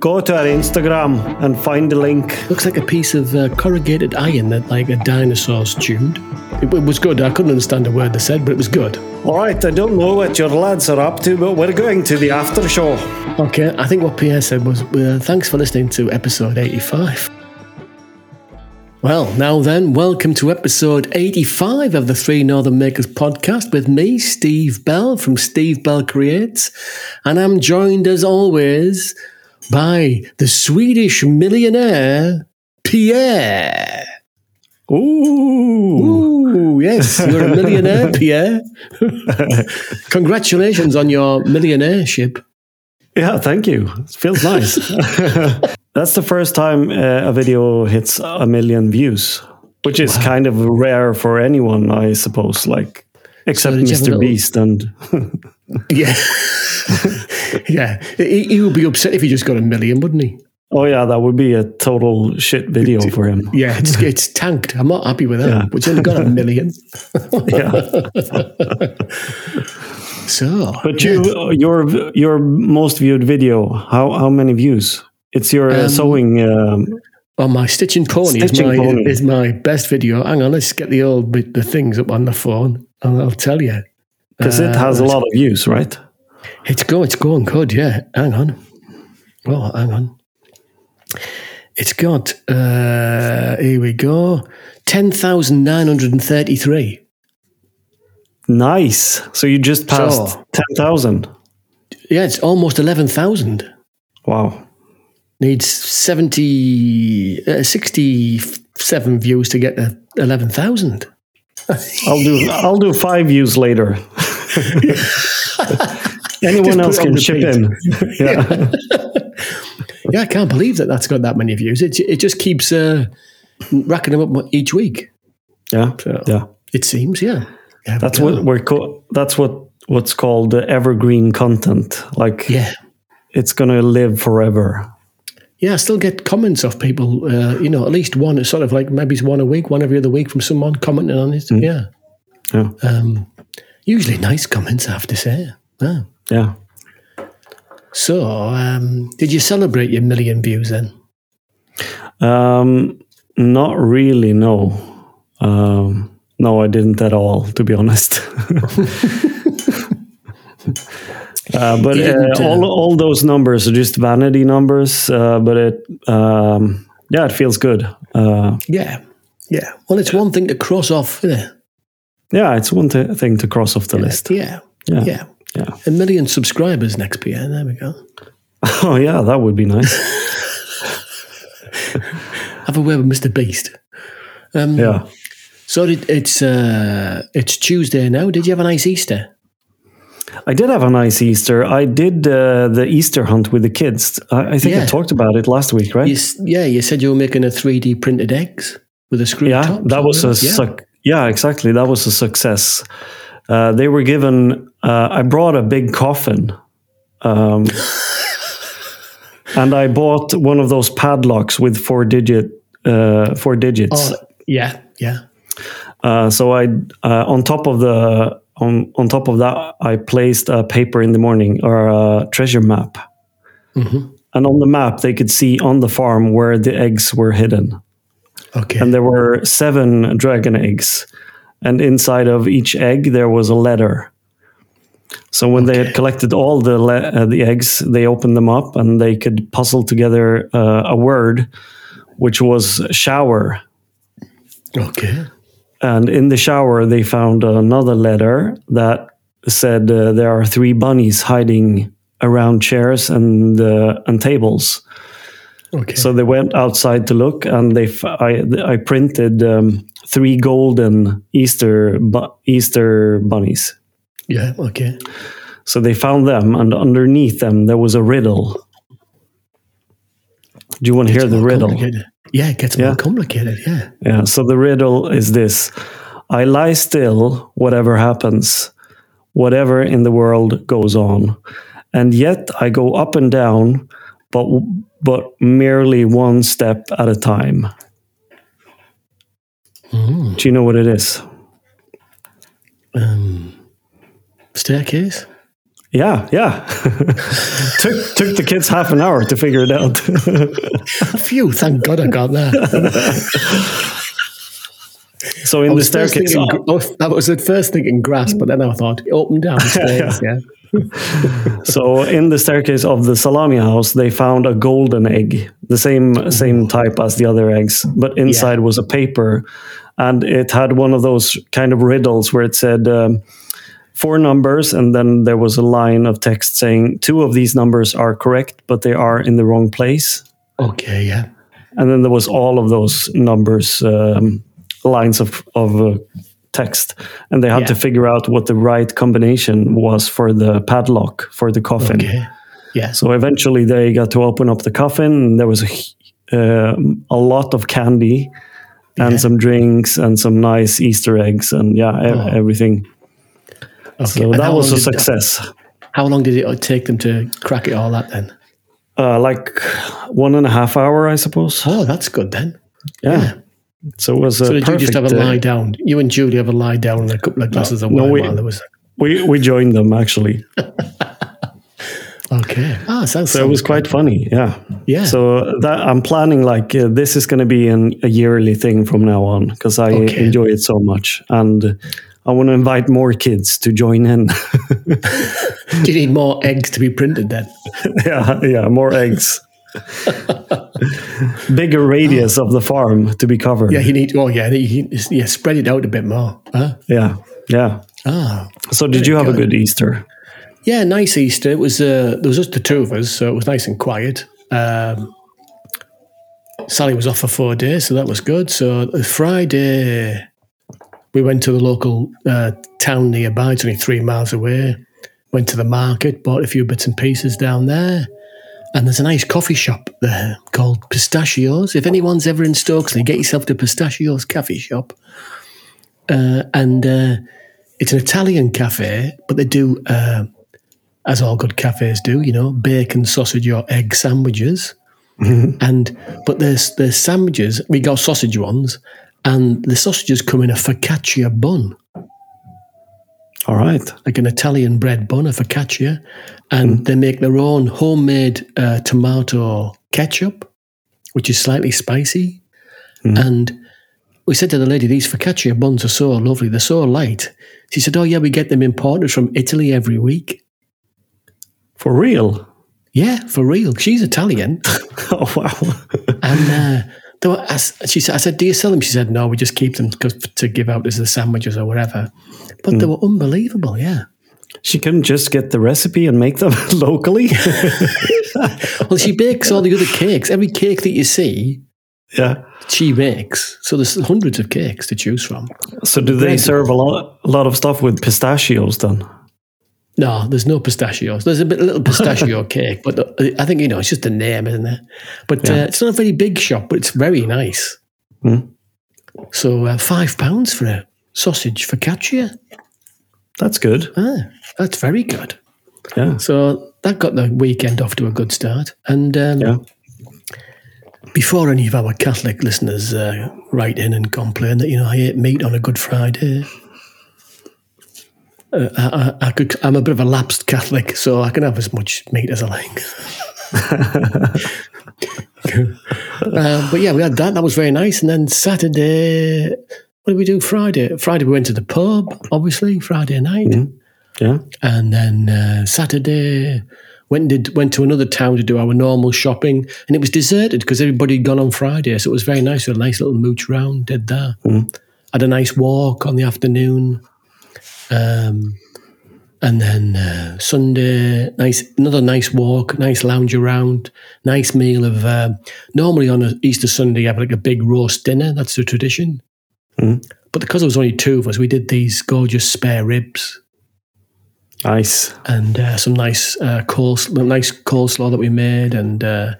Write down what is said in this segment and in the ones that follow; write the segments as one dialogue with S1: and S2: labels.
S1: Go to our Instagram and find the link.
S2: Looks like a piece of uh, corrugated iron that like a dinosaur chewed. It, w was good. I couldn't understand a word they said, but it was good.
S1: All right, I don't know what your lads are up to, but we're going to the after show.
S2: Okay, I think what Pierre said was uh, thanks for listening to episode 85. Well, now then, welcome to episode 85 of the Three Northern Makers podcast with me, Steve Bell from Steve Bell Creates. And I'm joined as always by the Swedish millionaire, Pierre.
S1: Ooh.
S2: Ooh, yes, you're a millionaire, Pierre. Congratulations on your millionaireship.
S1: Yeah, thank you. It feels nice. That's the first time uh, a video hits a million views, which is kind of rare for anyone, I suppose, like except
S2: did you have
S1: Mr.
S2: a little-
S1: Beast and
S2: Yeah. yeah. He, he would be upset if he just got a million, wouldn't he?
S1: Oh yeah, that would be a total shit video for him.
S2: Yeah, it's, it's tanked. I'm not happy with that.
S1: Yeah.
S2: We've only got a million.
S1: Yeah.
S2: So,
S1: But you, your your most viewed video, how how many views? It's your uh, sewing. Um,
S2: well, Oh, my stitching pony,
S1: Stitching
S2: is, my,
S1: Pony.
S2: is my best video. Hang on, let's get the old bit, the things up on the phone, and I'll tell you.
S1: because it has a lot of views, right?
S2: It's going, it's going good, yeah. Hang on. Oh, hang on. It's got, uh, here we go, 10,933.
S1: Nice. So you just passed
S2: Sure.
S1: ten thousand.
S2: Yeah, it's almost 11,000.
S1: Wow.
S2: needs 70, uh, 67 views to get to 11,000.
S1: I'll do I'll do five views later. Anyone
S2: put
S1: else
S2: it on
S1: can chip in. yeah.
S2: Yeah, I can't believe that that's got that many views. It, it just keeps uh, racking them up each week,
S1: Yeah.
S2: So-
S1: Yeah.
S2: it seems, yeah. Yeah,
S1: That's
S2: but,
S1: what
S2: uh,
S1: we're co- that's what what's called uh, evergreen content. Like
S2: Yeah.
S1: it's gonna live forever.
S2: Yeah, I still get comments off people, uh, you know, at least one, it's sort of like maybe it's one a week, one every other week from someone commenting on it.
S1: Mm.
S2: Yeah.
S1: Yeah.
S2: Um, usually nice comments, I have to say. Yeah.
S1: Yeah.
S2: So, um, did you celebrate your million views then?
S1: Um, not really. No. Um, no, I didn't at all. To be honest. Uh, but
S2: didn't,
S1: uh,
S2: uh,
S1: all all those numbers are just vanity numbers. Uh, but it, um, yeah, it feels good. Uh,
S2: Yeah. Yeah. Well, it's one thing to cross off, isn't it?
S1: yeah, it's one th- thing to cross off the list.
S2: Yeah.
S1: Yeah.
S2: Yeah.
S1: Yeah.
S2: A million subscribers next PN. There we go.
S1: Oh yeah, that would be nice.
S2: Have a word with Mr. Beast. Um,
S1: yeah.
S2: So did, it's uh, it's Tuesday now. Did you have a nice Easter?
S1: I did have a nice Easter. I did uh, the Easter hunt with the kids. I, I think I
S2: Yeah.
S1: talked about it last week, right?
S2: You, s- yeah, you said you were making a 3D printed eggs with a screw
S1: yeah,
S2: top.
S1: that was a
S2: yeah.
S1: suc- yeah, exactly. That was a success. Uh, they were given. Uh, I brought a big coffin, um, and I bought one of those padlocks with four digit uh, four digits.
S2: Oh, yeah, yeah.
S1: Uh, so I uh, on top of the on on top of that I placed a paper in the morning or a treasure map,
S2: Mm-hmm.
S1: and on the map they could see on the farm where the eggs were hidden,
S2: Okay.
S1: and there were seven dragon eggs, and inside of each egg there was a letter. So when they had collected all the le- uh, the eggs, they opened them up and they could puzzle together uh, a word, which was shower.
S2: okay.
S1: And in the shower, they found another letter that said uh, there are three bunnies hiding around chairs and uh, and tables.
S2: Okay.
S1: So they went outside to look, and they f- I I printed um, three golden Easter bu- Easter bunnies.
S2: yeah. Okay.
S1: So they found them, and underneath them there was a riddle. Do you want to hear the
S2: More
S1: riddle?
S2: complicated. Yeah, it gets
S1: Yeah.
S2: more complicated. Yeah.
S1: Yeah. So the riddle is this I lie still, whatever happens, whatever in the world goes on. And yet I go up and down, but, but merely one step at a time.
S2: Hmm.
S1: Do you know what it is?
S2: Staircase.
S1: Yeah, yeah. took took the kids half an hour to figure it out.
S2: Phew, thank God I got that.
S1: so
S2: I
S1: in the
S2: was first
S1: staircase,
S2: thinking,
S1: up,
S2: gr- I was- I was at first thinking grass, but then I thought up and down stairs, yeah.
S1: so in the staircase of the salami house, they found a golden egg, the same same type as the other eggs, but inside was a paper, and it had one of those kind of riddles where it said. Um, Four numbers, and then there was a line of text saying two of these numbers are correct, but they are in the wrong place.
S2: Okay, yeah.
S1: and then there was all of those numbers um, lines of of uh, text and they had
S2: Yeah.
S1: to figure out what the right combination was for the padlock for the coffin
S2: Okay. Yeah.
S1: so eventually they got to open up the coffin and there was a, h- um a lot of candy and
S2: Yeah.
S1: some drinks and some nice easter eggs and yeah e-
S2: Oh.
S1: everything
S2: Okay.
S1: so
S2: And
S1: that
S2: how
S1: was
S2: long
S1: a
S2: did that-
S1: success
S2: how long did it uh, take them to crack it all up then?
S1: uh, like one and a half hour i suppose
S2: Oh, that's good then.
S1: yeah, so it was a
S2: So did you just have
S1: perfect,
S2: a
S1: uh,
S2: lie down? You and Julie have a lie down and a couple of glasses of
S1: no,
S2: wine
S1: we-
S2: while there was.
S1: we we joined them actually
S2: Okay. Ah, sounds
S1: So it was quite funny, yeah.
S2: Yeah.
S1: So that I'm planning like uh, this is going to be an, a yearly thing from now on because I
S2: Okay.
S1: enjoy it so much, and I want to invite more kids to join in.
S2: Do you need more eggs to be printed then?
S1: yeah, yeah, more eggs, bigger radius of the farm to be covered.
S2: Yeah, you need. Oh, yeah, you, yeah. Spread it out a bit more. Huh?
S1: yeah, yeah.
S2: Ah,
S1: So did you have a
S2: good.
S1: good Easter?
S2: yeah. Nice Easter. It was. Uh, there was just the two of us, so it was nice and quiet. Um, Sally was off for four days, so that was good. So uh, Friday, we went to the local uh, town nearby. It's only three miles away. Went to the market, bought a few bits and pieces down there. And there's a nice coffee shop there called Pistachios. If anyone's ever in Stokesley, get yourself to Pistachios Coffee Shop. Uh, and uh, it's an Italian cafe, but they do, uh, as all good cafes do, you know, bacon, sausage, or egg sandwiches. and but there's there's sandwiches. We got sausage ones, and the sausages come in a focaccia bun
S1: All right.
S2: like an Italian bread bun, a focaccia, and they make their own homemade uh, tomato ketchup, which is slightly spicy. And we said to the lady, "These focaccia buns are so lovely; they're so light." She said, "Oh yeah, we get them imported from Italy every week."
S1: For real?
S2: Yeah, for real. She's Italian,
S1: oh wow.
S2: and uh, they were, I, s- she said, "I said, do you sell them?" She said, "No, we just keep them 'cause- to give out as the sandwiches or whatever." But they were unbelievable. Yeah.
S1: she couldn't just get the recipe and make them locally.
S2: Well, she bakes all the other cakes. Every cake that you see,
S1: yeah.
S2: she makes. So there's hundreds of cakes to choose from.
S1: So do they
S2: Bread.
S1: serve a lot, a lot of stuff with pistachios then?
S2: No, there's no pistachios. There's a bit little pistachio cake, but the- I think you know it's just a name, isn't it? But uh, it's not a very big shop, but it's very nice.
S1: Hmm.
S2: So uh, five pounds for a sausage focaccia.
S1: That's good.
S2: Ah, that's very good.
S1: Yeah.
S2: So that got the weekend off to a good start. And um,
S1: Yeah.
S2: before any of our Catholic listeners uh, write in and complain that you know I ate meat on a Good Friday, uh, I, I, I could. I'm a bit of a lapsed Catholic, so I can have as much meat as I like. uh, but yeah, we had that. That was very nice. And then Saturday, what did we do? Friday. Friday, we went to the pub, obviously. Friday night
S1: Yeah.
S2: and then uh, Saturday went did went to another town to do our normal shopping, and it was deserted because everybody had gone on Friday, so it was very nice. We had a nice little mooch round, did that. Had a nice walk on the afternoon, um, and then uh, Sunday, nice another nice walk, nice lounge around, nice meal of. um normally on a Easter Sunday, you have like a big roast dinner. That's the tradition.
S1: Mhm.
S2: But because there was only two of us, we did these gorgeous spare ribs
S1: Nice.
S2: and uh, some nice uh, coleslaw, nice coleslaw that we made, and uh,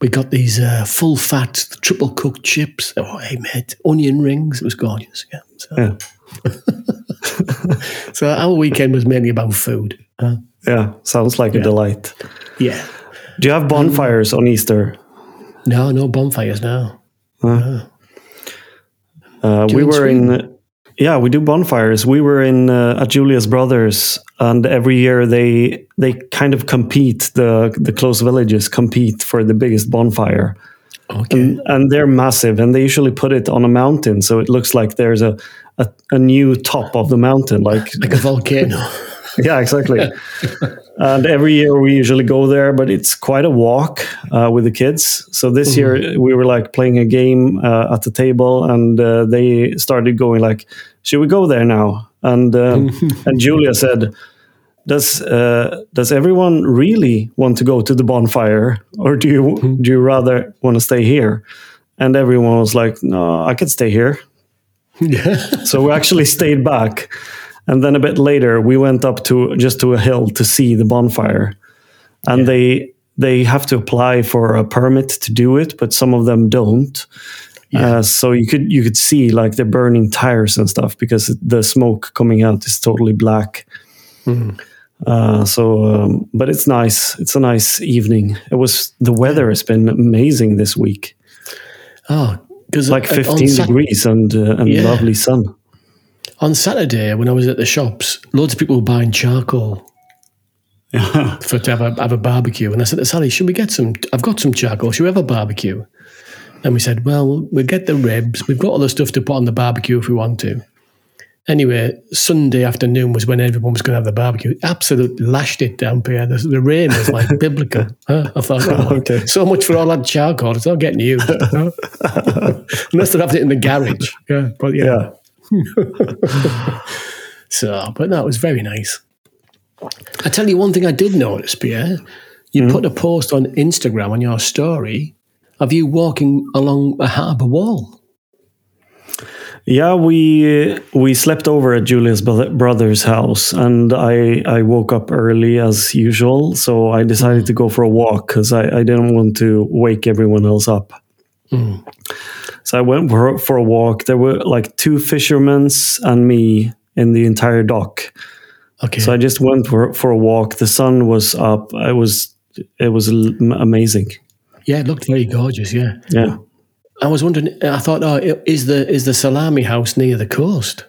S2: we got these uh, full fat triple cooked chips. Oh, hey mate, onion rings. It was gorgeous. Yeah. So,
S1: Yeah.
S2: so our weekend was mainly about food. huh?
S1: Yeah. Sounds like a delight.
S2: yeah.
S1: Do you have
S2: Mm.
S1: bonfires on Easter?
S2: No, no bonfires now.
S1: Uh,
S2: you
S1: we
S2: in
S1: were in yeah, we do bonfires. We were in uh, at Julius Brothers, and every year they they kind of compete. The the close villages compete for the biggest bonfire,
S2: Okay.
S1: and they're massive. And they usually put it on a mountain, so it looks like there's a a, a new top of the mountain, like
S2: Like a volcano.
S1: yeah, exactly. and every year we usually go there, but it's quite a walk uh, with the kids. So this year we were like playing a game uh, at the table, and uh, they started going like, "Should we go there now?" And um, and Julia said. Does uh, does everyone really want to go to the bonfire, or do you do you rather want to stay here? And everyone was like, "No, I could stay here."
S2: yeah.
S1: So we actually stayed back. And then a bit later, we went up to just to a hill to see the bonfire. And they they have to apply for a permit to do it, but some of them don't. Uh, so you could you could see like they're burning tires and stuff because the smoke coming out is totally black.
S2: Hmm.
S1: Uh, so, um, but it's nice. It's a nice evening. It was the weather has been amazing this week,
S2: Oh, because
S1: like fifteen degrees and uh, and
S2: Yeah.
S1: lovely sun.
S2: On Saturday, when I was at the shops, loads of people were buying charcoal for to have a, have a barbecue. And I said to Sally, should we get some? I've got some charcoal. Should we have a barbecue? And we said, well, we'll, we'll get the ribs. We've got all the stuff to put on the barbecue if we want to. Anyway, Sunday afternoon was when everyone was going to have the barbecue. Absolutely lashed it down, Pierre. The, the rain was like biblical. Huh? I thought, oh,
S1: Okay.
S2: so much for all that charcoal. It's not getting used. huh? Unless they're having it in the garage. Yeah, but yeah.
S1: Yeah.
S2: So, but that was very nice. I tell you one thing I did notice, Pierre. You
S1: Hmm?
S2: put a post on Instagram on your story of you walking along a harbour wall.
S1: Yeah, we uh, we slept over at Julia's bro- brother's house, and I I woke up early as usual, so I decided to go for a walk because I, I didn't want to wake everyone else up. So I went for, for a walk. There were like two fishermen's and me in the entire dock.
S2: Okay.
S1: So I just went for for a walk. The sun was up. I was it was l- amazing.
S2: yeah, it looked very gorgeous. Yeah.
S1: Yeah.
S2: I was wondering, I thought, oh, i- is the, is the salami house near the coast?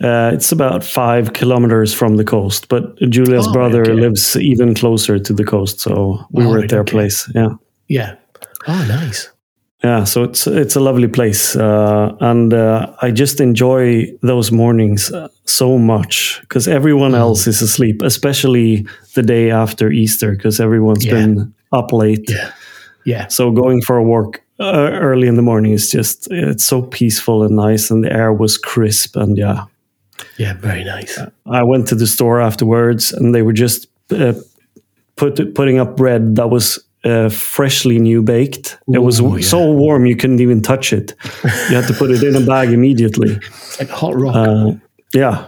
S1: Uh, it's about five kilometers from the coast, but Julia's
S2: Oh,
S1: brother
S2: okay.
S1: lives even closer to the coast, so we
S2: All
S1: were
S2: right,
S1: at their
S2: okay.
S1: place. Yeah,
S2: Yeah. Oh, nice.
S1: yeah. So it's it's a lovely place, uh, and uh, I just enjoy those mornings uh, so much because everyone
S2: Mm-hmm.
S1: else is asleep, especially the day after Easter, because everyone's
S2: Yeah.
S1: been up late.
S2: Yeah. Yeah.
S1: So going for a walk uh, early in the morning is just it's so peaceful and nice, and the air was crisp, and yeah.
S2: Yeah. Very nice.
S1: I went to the store afterwards, and they were just uh, put putting up bread that was uh, freshly new baked. it was
S2: Ooh, yeah.
S1: so warm you couldn't even touch it. You had to put it in a bag immediately.
S2: It's like hot rock.
S1: Uh, yeah.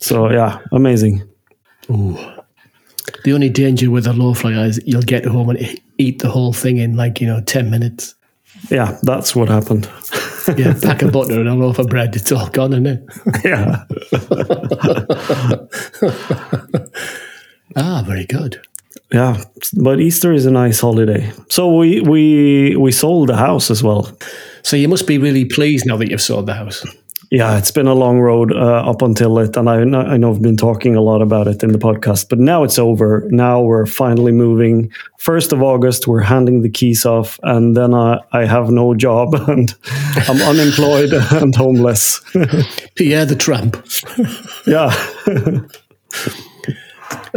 S1: So yeah, amazing.
S2: the only danger with a lowflyer is you'll get home and e- eat the whole thing in like, you know, 10 minutes.
S1: Yeah, that's what happened.
S2: Yeah, pack of butter and a loaf of bread. It's all gone, isn't it?
S1: yeah.
S2: Ah, very good.
S1: Yeah, but Easter is a nice holiday. So we we we sold the house as well.
S2: So you must be really pleased now that you've sold the house.
S1: Yeah, it's been a long road uh, up until it, and I, kn- I know I've been talking a lot about it in the podcast, but now it's over. Now we're finally moving. First of August, we're handing the keys off, and then I, I have no job and I'm unemployed and homeless.
S2: Pierre the tramp.
S1: yeah,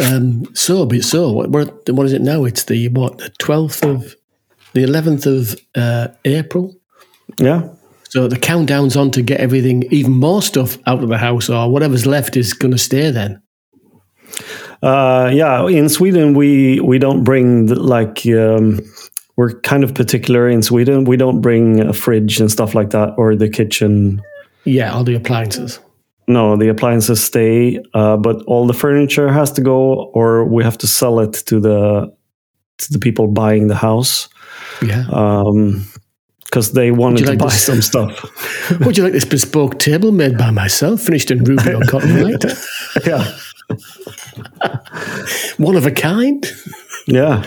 S2: Um, so, but so what, what? What is it now? It's the what? The twelfth of, the eleventh of uh, April.
S1: yeah,
S2: So the countdown's on to get everything, even more stuff out of the house, or whatever's left is going to stay. Then.
S1: uh, yeah. In Sweden, we we don't bring the, like. Um, we're kind of particular in Sweden. We don't bring a fridge and stuff like that, or the kitchen
S2: Yeah, all the appliances.
S1: No, the appliances stay, uh, but all the furniture has to go, or we have to sell it to the to the people buying the house
S2: Yeah.
S1: because they wanted
S2: you
S1: to
S2: like
S1: buy
S2: to s-
S1: some stuff.
S2: Would you like this bespoke table made by myself, finished in Rubio cotton light,
S1: yeah,
S2: one of a kind?
S1: yeah.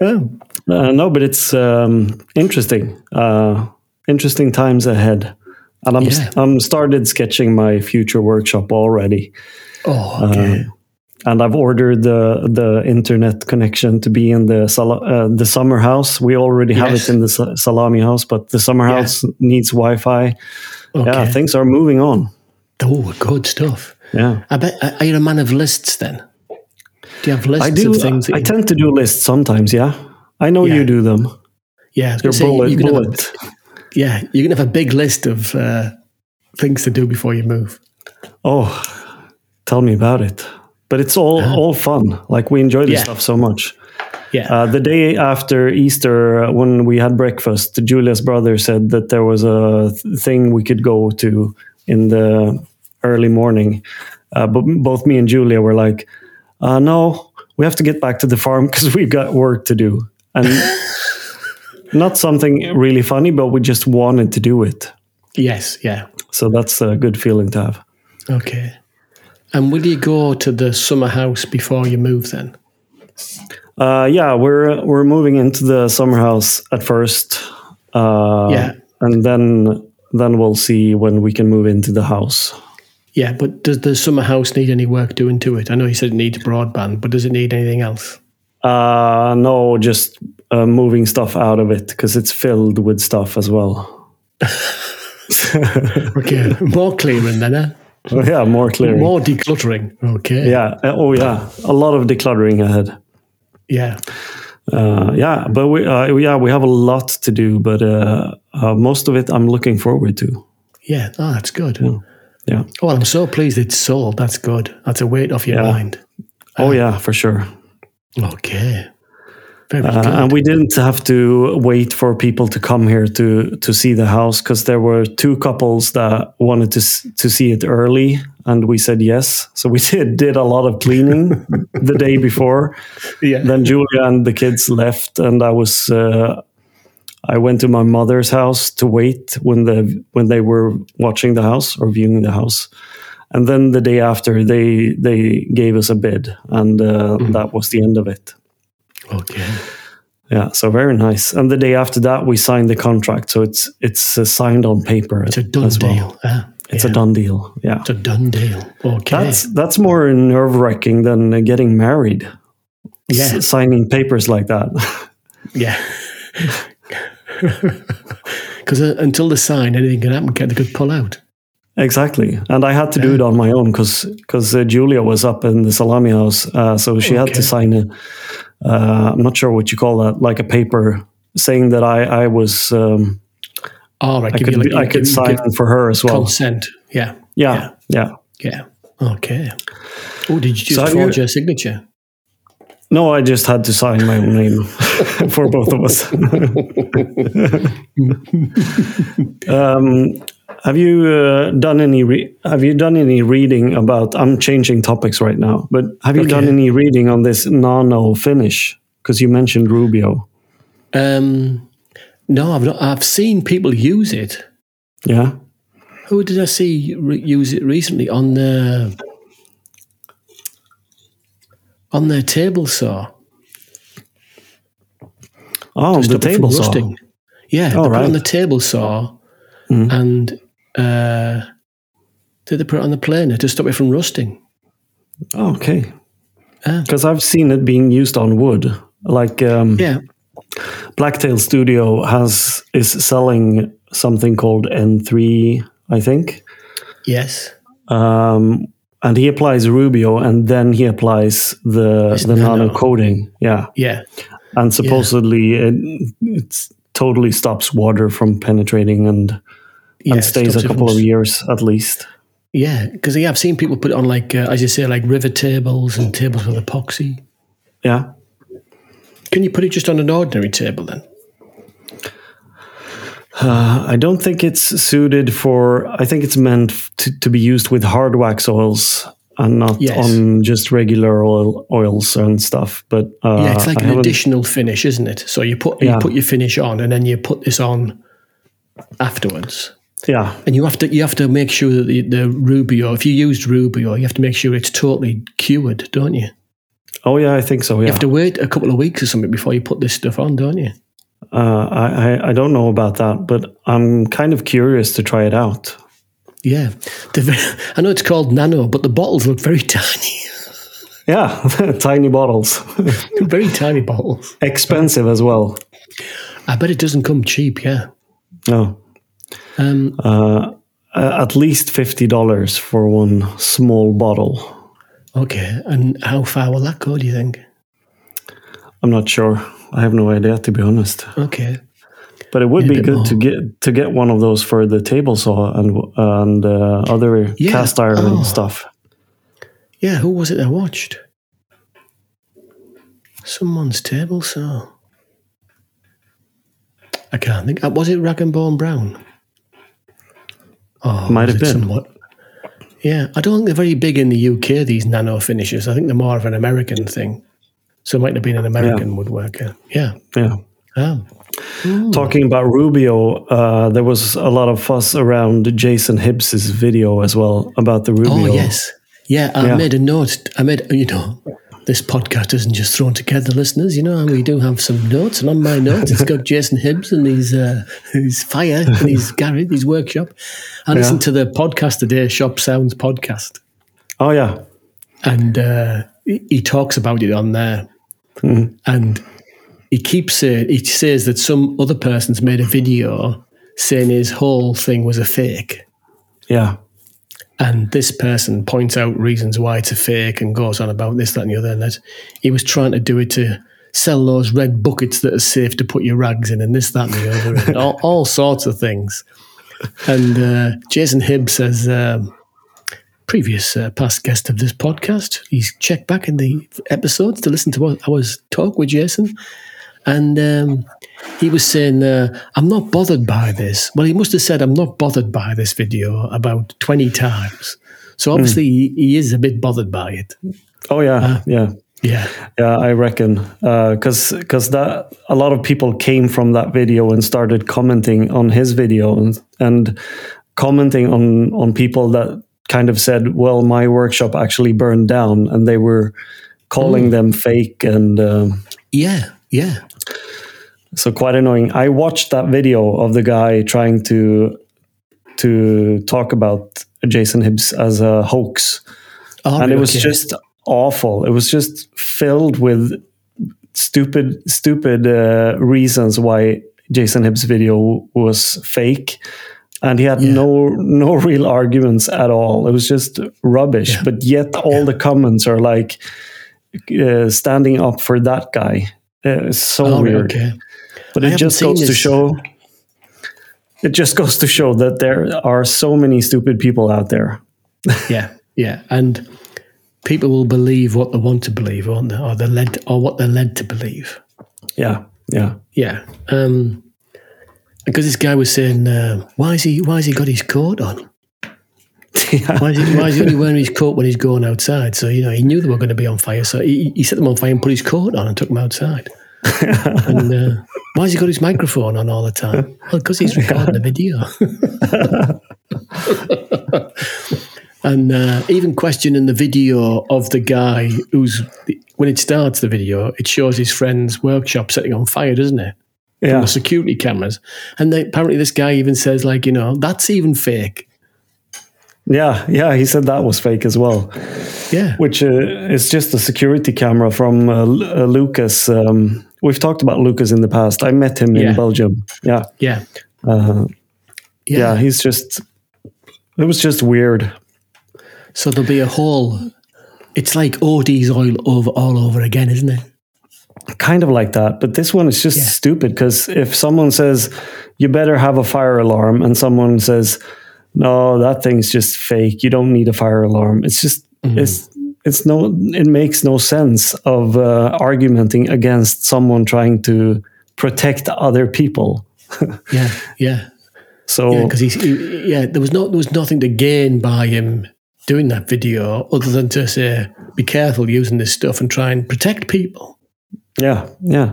S2: Oh,
S1: Uh, no, but it's um, interesting. Uh, interesting times ahead, And I'm
S2: Yeah.
S1: I'm started sketching my future workshop already.
S2: Oh, okay.
S1: And I've ordered the the internet connection to be in the sala- uh, the summer house. We already have
S2: Yes.
S1: it in the sa- salami house, but the summer
S2: Yeah.
S1: house needs Wi-Fi.
S2: okay.
S1: Yeah, things are moving on.
S2: oh, good stuff.
S1: Yeah.
S2: I bet. uh, Are you a man of lists then? Do you have lists
S1: I do.
S2: of things? that
S1: I
S2: you-
S1: tend to do lists sometimes. Yeah, I know
S2: Yeah.
S1: you do them.
S2: yeah, I
S1: Your
S2: was gonna say,
S1: bullet,
S2: you can have a-
S1: bullet.
S2: yeah, you can have a big list of uh, things to do before you move.
S1: Oh, tell me about it. But it's all all fun. Like we enjoy this
S2: Uh-huh.
S1: stuff
S2: Yeah.
S1: so much.
S2: Yeah.
S1: Uh, the day after Easter, uh, when we had breakfast, Julia's brother said that there was a th- thing we could go to in the early morning. Uh, but m- both me and Julia were like, uh, "No, we have to get back to the farm because we've got work to do." And not something really funny, but we just wanted to do it.
S2: yes. Yeah.
S1: So that's a good feeling to have.
S2: Okay. And will you go to the summer house before you move then?
S1: Uh, yeah, we're we're moving into the summer house at first. Uh,
S2: Yeah.
S1: and then then we'll see when we can move into the house.
S2: Yeah, but does the summer house need any work doing to it? I know you said it needs broadband, but does it need anything else?
S1: Uh, no, just uh, moving stuff out of it because it's filled with stuff as well.
S2: Okay, more clearing then, eh?
S1: yeah, more clearing.
S2: More decluttering. Okay.
S1: yeah. uh, Oh, yeah. A lot of decluttering ahead.
S2: Yeah.
S1: Uh, yeah, but we uh, yeah we have a lot to do, but uh, uh, most of it I'm looking forward to.
S2: Yeah. Oh, that's good.
S1: Hmm. Yeah.
S2: Oh, I'm so pleased it's sold. That's good. That's a weight off your
S1: Yeah.
S2: mind.
S1: Oh,
S2: Uh-huh.
S1: yeah, for sure.
S2: Okay. Very
S1: Uh,
S2: good.
S1: and we didn't have to wait for people to come here to to see the house because there were two couples that wanted to s- to see it early, and we said yes. So we did did a lot of cleaning the day before.
S2: yeah.
S1: Then Julia and the kids left, and I was uh, I went to my mother's house to wait when the when they were watching the house or viewing the house. And then the day after, they they gave us a bid, and uh, that was the end of it.
S2: okay.
S1: Yeah, so very nice. And the day after that, we signed the contract, so it's it's uh, signed on paper.
S2: It's a done deal. eh?
S1: It's
S2: Yeah.
S1: a done deal. Yeah,
S2: It's a done deal. Okay.
S1: that's that's more nerve wracking than uh, getting married.
S2: Yeah.
S1: S- signing papers like that.
S2: Yeah. Because uh, until the sign, anything can happen. They could pull out.
S1: exactly. And I had to do it on my own because uh, Julia was up in the salami house, uh, so she had
S2: Okay.
S1: to sign a. Uh, I'm not sure what you call that, like a paper saying that I I was. Um,
S2: All right.
S1: I
S2: give
S1: could,
S2: you
S1: I
S2: like, give-
S1: could
S2: give
S1: sign for her as well.
S2: consent. Yeah.
S1: Yeah, yeah.
S2: Yeah. Okay. Oh, did you just
S1: So have
S2: forge
S1: you-
S2: your signature?
S1: No, I just had to sign my own name for both of us. um, have you uh, done any? Re- have you done any reading about? I'm changing topics right now, but have you done
S2: Okay.
S1: any reading on this nano finish? Because you mentioned Rubio.
S2: Um, no, I've not. I've seen people use it.
S1: Yeah,
S2: Who did I see re- use it recently on their on their table saw?
S1: oh, the
S2: stop it from
S1: table saw.
S2: rusting. Yeah, they
S1: Oh,
S2: put it on
S1: right. Mm.
S2: the table saw, and uh, did they put it on the planer to stop it from rusting?
S1: Oh, okay,
S2: Ah.
S1: because I've seen it being used on wood. Like um,
S2: Yeah,
S1: Blacktail Studio has is selling something called N3, I think.
S2: yes,
S1: um, and he applies Rubio, and then he applies the the
S2: nano.
S1: nano coating. Yeah,
S2: yeah,
S1: and supposedly it it's totally stops water from penetrating and
S2: yeah.
S1: and stays
S2: stops
S1: a
S2: it
S1: couple
S2: from-
S1: of years at least.
S2: Yeah, because yeah, I've seen people put it on like uh, as you say, like river tables and tables with epoxy.
S1: Yeah.
S2: Can you put it just on an ordinary table then?
S1: I don't think it's suited for. I think it's meant f- to, to be used with hard wax oils and not
S2: Yes.
S1: on just regular oil, oils and stuff. But uh,
S2: Yeah, it's like
S1: I
S2: an
S1: haven't-
S2: additional finish, isn't it? So you put you
S1: Yeah.
S2: put your finish on, and then you put this on afterwards.
S1: Yeah,
S2: And you have to you have to make sure that the, the Rubio, if you used Rubio, you have to make sure it's totally cured, don't you?
S1: oh yeah, I think so. Yeah,
S2: You have to wait a couple of weeks or something before you put this stuff on, don't you?
S1: Uh, I, I I don't know about that, but I'm kind of curious to try it out.
S2: Yeah. They're ve- I know it's called nano, but the bottles look very tiny.
S1: Yeah, tiny bottles.
S2: very tiny bottles.
S1: Expensive as well.
S2: I bet it doesn't come cheap, yeah.
S1: No.
S2: Um,
S1: Uh, at least $50 for one small bottle.
S2: okay. And how far will that go, do you think?
S1: I'm not sure. I have no idea to be honest.
S2: Okay.
S1: But it would
S2: Need a
S1: be
S2: bit
S1: good
S2: more.
S1: to get to get one of those for the table saw and and uh, other
S2: Yeah.
S1: cast iron
S2: Oh.
S1: stuff.
S2: Yeah, who was it I watched? Someone's table saw. I can't think. uh, Was it Rag and Bone Brown? Oh,
S1: Might
S2: was
S1: have
S2: it
S1: been.
S2: Somewhat? Yeah, I don't think they're very big in the UK. These nano finishes. I think they're more of an American thing. So it might have been an American woodworker. Yeah.
S1: Yeah.
S2: Oh.
S1: Talking about Rubio, uh, there was a lot of fuss around Jason Hibbs's video as well about the Rubio.
S2: Oh yes, yeah. I
S1: Yeah.
S2: made a note. I made you know, this podcast isn't just thrown together, listeners. You know, and we do have some notes, and on my notes, it's got Jason Hibbs and his uh, his fire and his garage, his workshop. I listened to the podcast today, Shop Sounds podcast,
S1: Oh yeah.
S2: and uh, he, he talks about it on there, and he keeps saying he says that some other person's made a video saying his whole thing was a fake.
S1: Yeah.
S2: And this person points out reasons why it's a fake and goes on about this, that, and the other. And that he was trying to do it to sell those red buckets that are safe to put your rags in, and this, that, and the other, and all, all sorts of things. And uh, Jason Hibbs says, um, previous uh, past guest of this podcast, he's checked back in the episodes to listen to what I was talk with Jason. And um, he was saying, uh, I'm not bothered by this. Well, he must have said, I'm not bothered by this video about 20 times.
S1: Hmm.
S2: So obviously, he, he is a bit bothered by it.
S1: Oh yeah.
S2: Uh.
S1: yeah.
S2: Yeah.
S1: Yeah, I reckon because because that a lot of people came from that video and started commenting on his video and, and commenting on on people that kind of said, "Well, my workshop actually burned down," and they were calling them fake and um,
S2: Yeah. Yeah.
S1: so quite annoying. I watched that video of the guy trying to to talk about Jason Hibbs as a hoax
S2: Oh,
S1: and it was
S2: okay.
S1: just awful. It was just filled with stupid, stupid uh, reasons why Jason Hibbs' video was fake, and he had no no real arguments at all. It was just rubbish. But yet, all the comments are like uh, standing up for that guy. Uh, it's so
S2: Oh,
S1: weird.
S2: okay.
S1: But
S2: I
S1: it
S2: haven't
S1: just
S2: seen
S1: goes to
S2: this.
S1: show. It just goes to show that there are so many stupid people out there.
S2: Yeah. Yeah. And people will believe what they want to believe, won't they? Or, they're led, or what they're led to believe.
S1: Yeah, yeah.
S2: Yeah. Um, because this guy was saying, uh, why is he? Why has he got his coat on?
S1: yeah.
S2: Why is, he, why is he only wearing his coat when he's going outside? So, you know, he knew they were going to be on fire. So he, he set them on fire and put his coat on and took them outside. and uh, why has he got his microphone on all the time? Well, because he's recording a video. and uh, even questioning the video of the guy who's, when it starts the video, it shows his friend's workshop setting on fire, doesn't it?
S1: yeah.
S2: the security cameras. And they, apparently this guy even says, like, you know, that's even fake.
S1: Yeah, yeah, he said that was fake as well,
S2: Yeah.
S1: which uh, is just a security camera from uh, Lu- uh, Lucas. Um, we've talked about Lucas in the past. I met him
S2: Yeah.
S1: in Belgium. Yeah,
S2: Yeah.
S1: uh, yeah, he's just. It was just weird.
S2: So there'll be a whole. It's like OD's oil over all over again, isn't it?
S1: Kind of like that, but this one is just
S2: Yeah.
S1: stupid because if someone says, you better have a fire alarm, and someone says, no, that thing's just fake. You don't need a fire alarm. It's just,
S2: Mm-hmm.
S1: it's, it's no, it makes no sense of uh, argumenting against someone trying to protect other people.
S2: Yeah, yeah,
S1: So,
S2: yeah. Because he's he, yeah. There was no there was nothing to gain by him doing that video other than to say be careful using this stuff and try and protect people.
S1: yeah, yeah.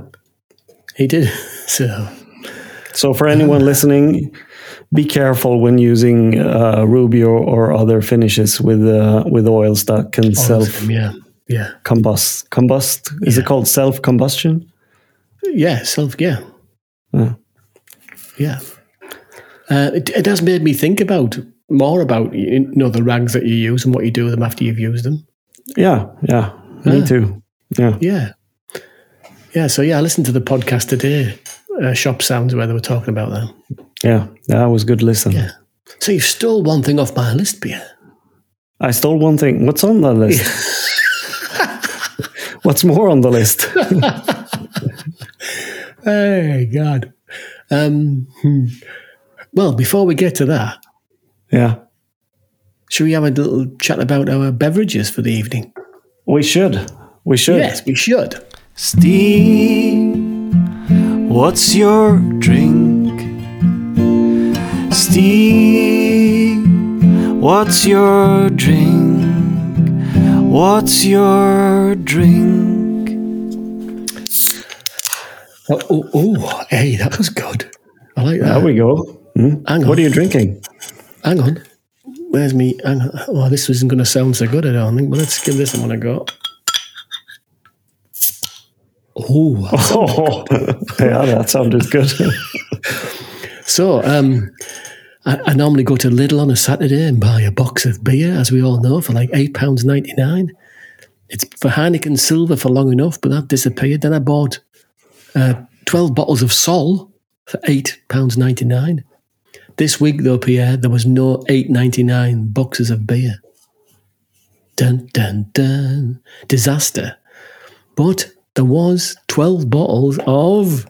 S2: He did so.
S1: So, for anyone listening, be careful when using uh, Ruby or, or other finishes with uh, with oils that can self
S2: Yeah, yeah,
S1: combust. Combust is it called self combustion?
S2: yeah. Self, yeah,
S1: Yeah.
S2: yeah. Uh, it, it has made me think about more about you know the rags that you use and what you do with them after you've used them.
S1: Yeah, yeah, me
S2: Ah.
S1: too. Yeah,
S2: Yeah, yeah. So yeah, I listened to the podcast today, uh, Shop Sounds, where they were talking about that.
S1: yeah, that was good listen.
S2: Yeah. So you've stole one thing off my list, Pierre.
S1: I stole one thing. What's on the list? What's more on the list?
S2: Hey God. Um, hmm. Well, before we get to that,
S1: Yeah,
S2: should we have a little chat about our beverages for the evening?
S1: we should. We should.
S2: Yes, we should.
S3: Steve, what's your drink? Steve, what's your drink? What's your drink?
S2: Oh, oh, oh, hey, that was good. I like that.
S1: There we go. Hmm?
S2: Hang on.
S1: What are you drinking?
S2: Hang on. Where's me? Hang on. Oh, this isn't going to sound so good, I don't think, but let's give this one a go. Oh,
S1: Oh, yeah, that sounded good.
S2: so um, I, I normally go to Lidl on a Saturday and buy a box of beer, as we all know, for like £8.99. It's for Heineken Silver for long enough, but that disappeared. Then I bought uh, 12 bottles of Sol for £8.99. This week, though, Pierre, there was no eight ninety nine boxes of beer. Dun dun dun! Disaster. But there was twelve bottles of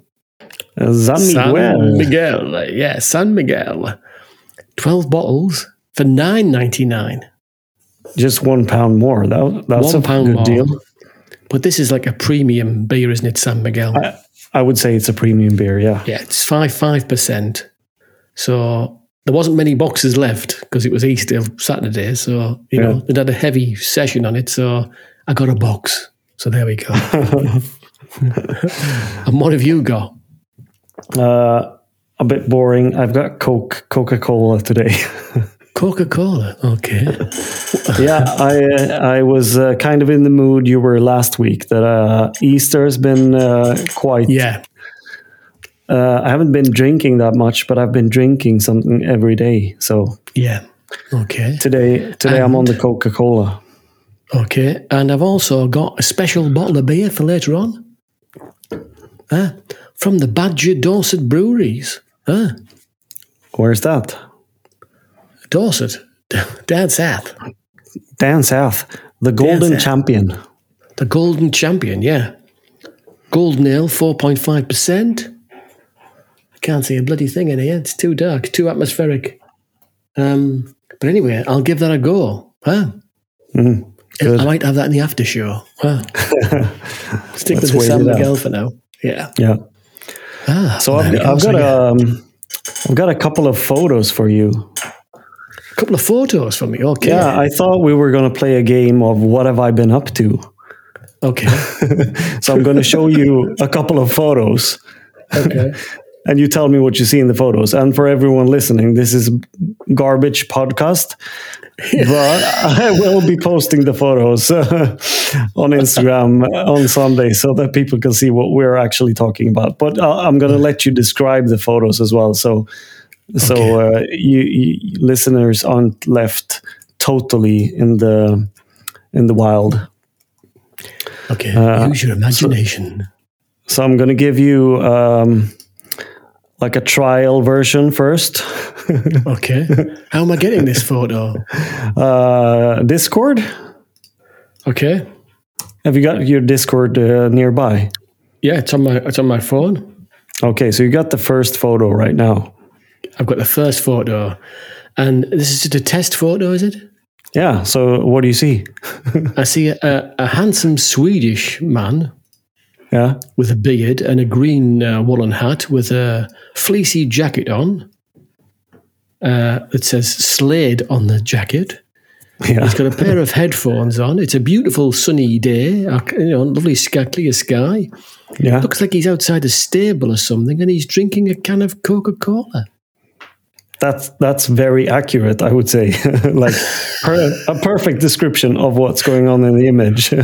S1: Uh, San
S2: San
S1: Miguel.
S2: Miguel. Yeah, San Miguel. Twelve bottles for nine ninety nine.
S1: Just one pound more. That, that's
S2: One
S1: a
S2: pound
S1: good
S2: more.
S1: deal.
S2: But this is like a premium beer, isn't it, San Miguel?
S1: I would say it's a premium beer. Yeah.
S2: yeah, it's five five percent. So there wasn't many boxes left because it was Easter Saturday. So you know they had a heavy session on it. So I got a box. So there we go. and what have you got?
S1: Uh, a bit boring. I've got Coke, Coca Cola today.
S2: Coca Cola. Okay.
S1: yeah, I uh, I was uh, kind of in the mood you were last week. That uh, Easter's been uh, quite.
S2: Yeah.
S1: Uh, I haven't been drinking that much, but I've been drinking something every day. So
S2: Yeah. Okay.
S1: today, today I'm on the Coca Cola.
S2: Okay. And I've also got a special bottle of beer for later on. Huh? From the Badger Dorset Breweries. Huh?
S1: Where's that?
S2: Dorset. Down south.
S1: Dan South, the golden
S2: South.
S1: champion.
S2: The Golden Champion, yeah. Golden Ale, 4.5%. I can't see a bloody thing in here. It's too dark, too atmospheric. Um, but anyway, I'll give that a go. Huh?
S1: Hmm,
S2: I might have that in the after show. Huh? Stick
S1: Let's
S2: with the
S1: wait
S2: San
S1: it out.
S2: Miguel for now. Yeah.
S1: Yeah.
S2: Ah,
S1: So I've,
S2: there we go.
S1: I've
S2: So
S1: got
S2: I
S1: a, um, I've got a couple of photos for you.
S2: a couple of photos from me. Okay.
S1: Yeah, I thought we were going to play a game of what have I been up to.
S2: Okay.
S1: So I'm going to show you a couple of photos
S2: okay.
S1: and you tell me what you see in the photos. And for everyone listening, this is garbage podcast, but I will be posting the photos uh, on Instagram uh, on Sunday so that people can see what we're actually talking about. But I- I'm going to let you describe the photos as well, so so uh, you, you listeners aren't left totally in the in the wild.
S2: Okay. Use your imagination.
S1: So I'm going to give you um, like a trial version first.
S2: okay. How am I getting this photo?
S1: Uh, Discord.
S2: Okay.
S1: Have you got your Discord uh, nearby?
S2: Yeah, it's on my it's on my phone.
S1: Okay, so you got the first photo right now.
S2: I've got the first photo, and this is just a test photo, is it?
S1: Yeah. So what do you see?
S2: I see a, a handsome Swedish man
S1: Yeah.
S2: with a beard and a green uh, woolen hat with a fleecy jacket on uh, that says Slade on the jacket.
S1: Yeah.
S2: He's got a pair of headphones on. It's a beautiful sunny day, uh, you know, lovely sky, clear sky.
S1: Yeah.
S2: Looks like he's outside a stable or something, and he's drinking a can of Coca Cola.
S1: That's that's very accurate, I would say. like per, a perfect description of what's going on in the image.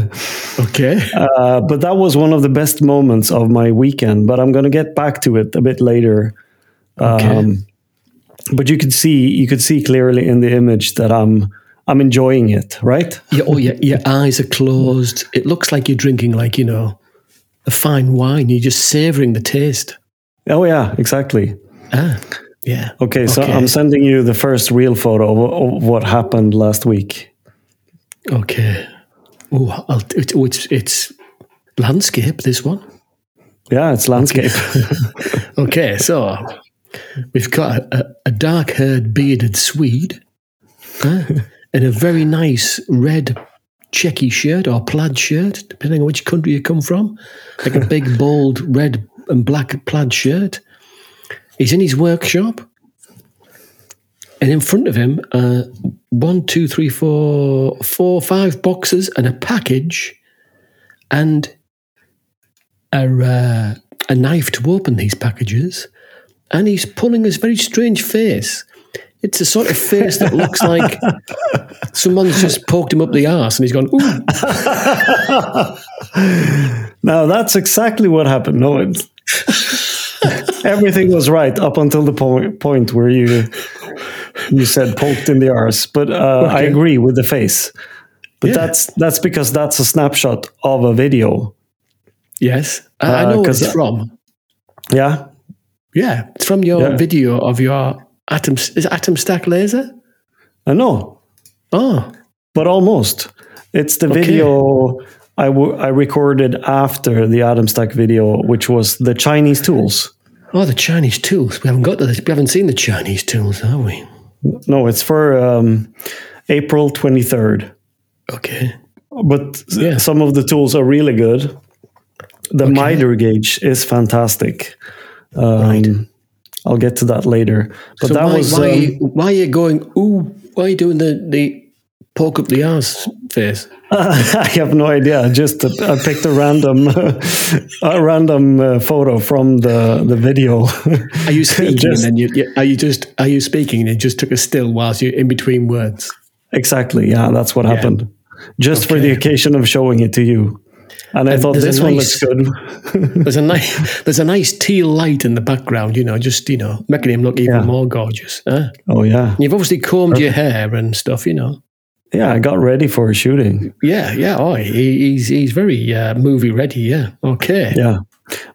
S2: Okay.
S1: Uh, but that was one of the best moments of my weekend. But I'm going to get back to it a bit later.
S2: okay.
S1: Um, but you could see you could see clearly in the image that I'm I'm enjoying it, right?
S2: Your, oh, your, your eyes are closed. It looks like you're drinking, like, you know, a fine wine. You're just savoring the taste.
S1: Oh yeah, exactly.
S2: Ah, yeah.
S1: Okay, so I'm sending you the first real photo of, of what happened last week.
S2: Okay. Oh, I'll, it, oh, it's, it's landscape, this one.
S1: Yeah, it's landscape.
S2: Okay, so we've got a, a dark haired, bearded Swede huh, in a very nice red checky shirt or plaid shirt, depending on which country you come from. Like a big, bold red and black plaid shirt. He's in his workshop. And in front of him, uh, one, two, three, four, four, five boxes and a package and a, uh, a knife to open these packages. And he's pulling this very strange face. It's a sort of face that looks like someone's just poked him up the arse and he's gone, ooh,
S1: Now that's exactly what happened. No, it, everything was right up until the po- point where you you said poked in the arse. But uh, I agree with the face. But
S2: Yeah.
S1: that's that's because that's a snapshot of a video.
S2: yes. I, I
S1: Uh,
S2: know where
S1: 'cause
S2: it's
S1: I-
S2: from.
S1: Yeah,
S2: Yeah, it's from your
S1: Yeah.
S2: video of your atom, is it atom stack laser?
S1: I know,
S2: Oh,
S1: but almost. It's the video I w- I recorded after the Adam Stack video, which was the Chinese tools.
S2: oh, the Chinese tools. We haven't got to this. We haven't seen the Chinese tools, have we?
S1: No, it's for um, April twenty third.
S2: Okay.
S1: but s-
S2: Yeah.
S1: some of the tools are really good. The miter gauge is fantastic. Um, I'll get to that later. But
S2: So
S1: that
S2: why,
S1: was
S2: why,
S1: um,
S2: why are you going? Ooh, why are you doing the the poke up the ass face?
S1: I have no idea. Just uh, I picked a random a random uh, photo from the the video.
S2: Are you speaking?
S1: Just-
S2: and then you, you, are you just are you speaking and you just took a still whilst you're in between words?
S1: exactly. Yeah, that's what happened. Just for the occasion of showing it to you. And I thought
S2: there's a
S1: this one
S2: nice-
S1: looks good.
S2: There's a nice there's a nice teal light in the background, you know, just you know, making him look even
S1: Yeah.
S2: more gorgeous. Huh?
S1: Oh yeah,
S2: You've obviously combed your hair and stuff, you know.
S1: yeah. I got ready for shooting.
S2: Yeah, yeah. Oh, he, he's he's very uh, movie ready. Yeah. Okay.
S1: yeah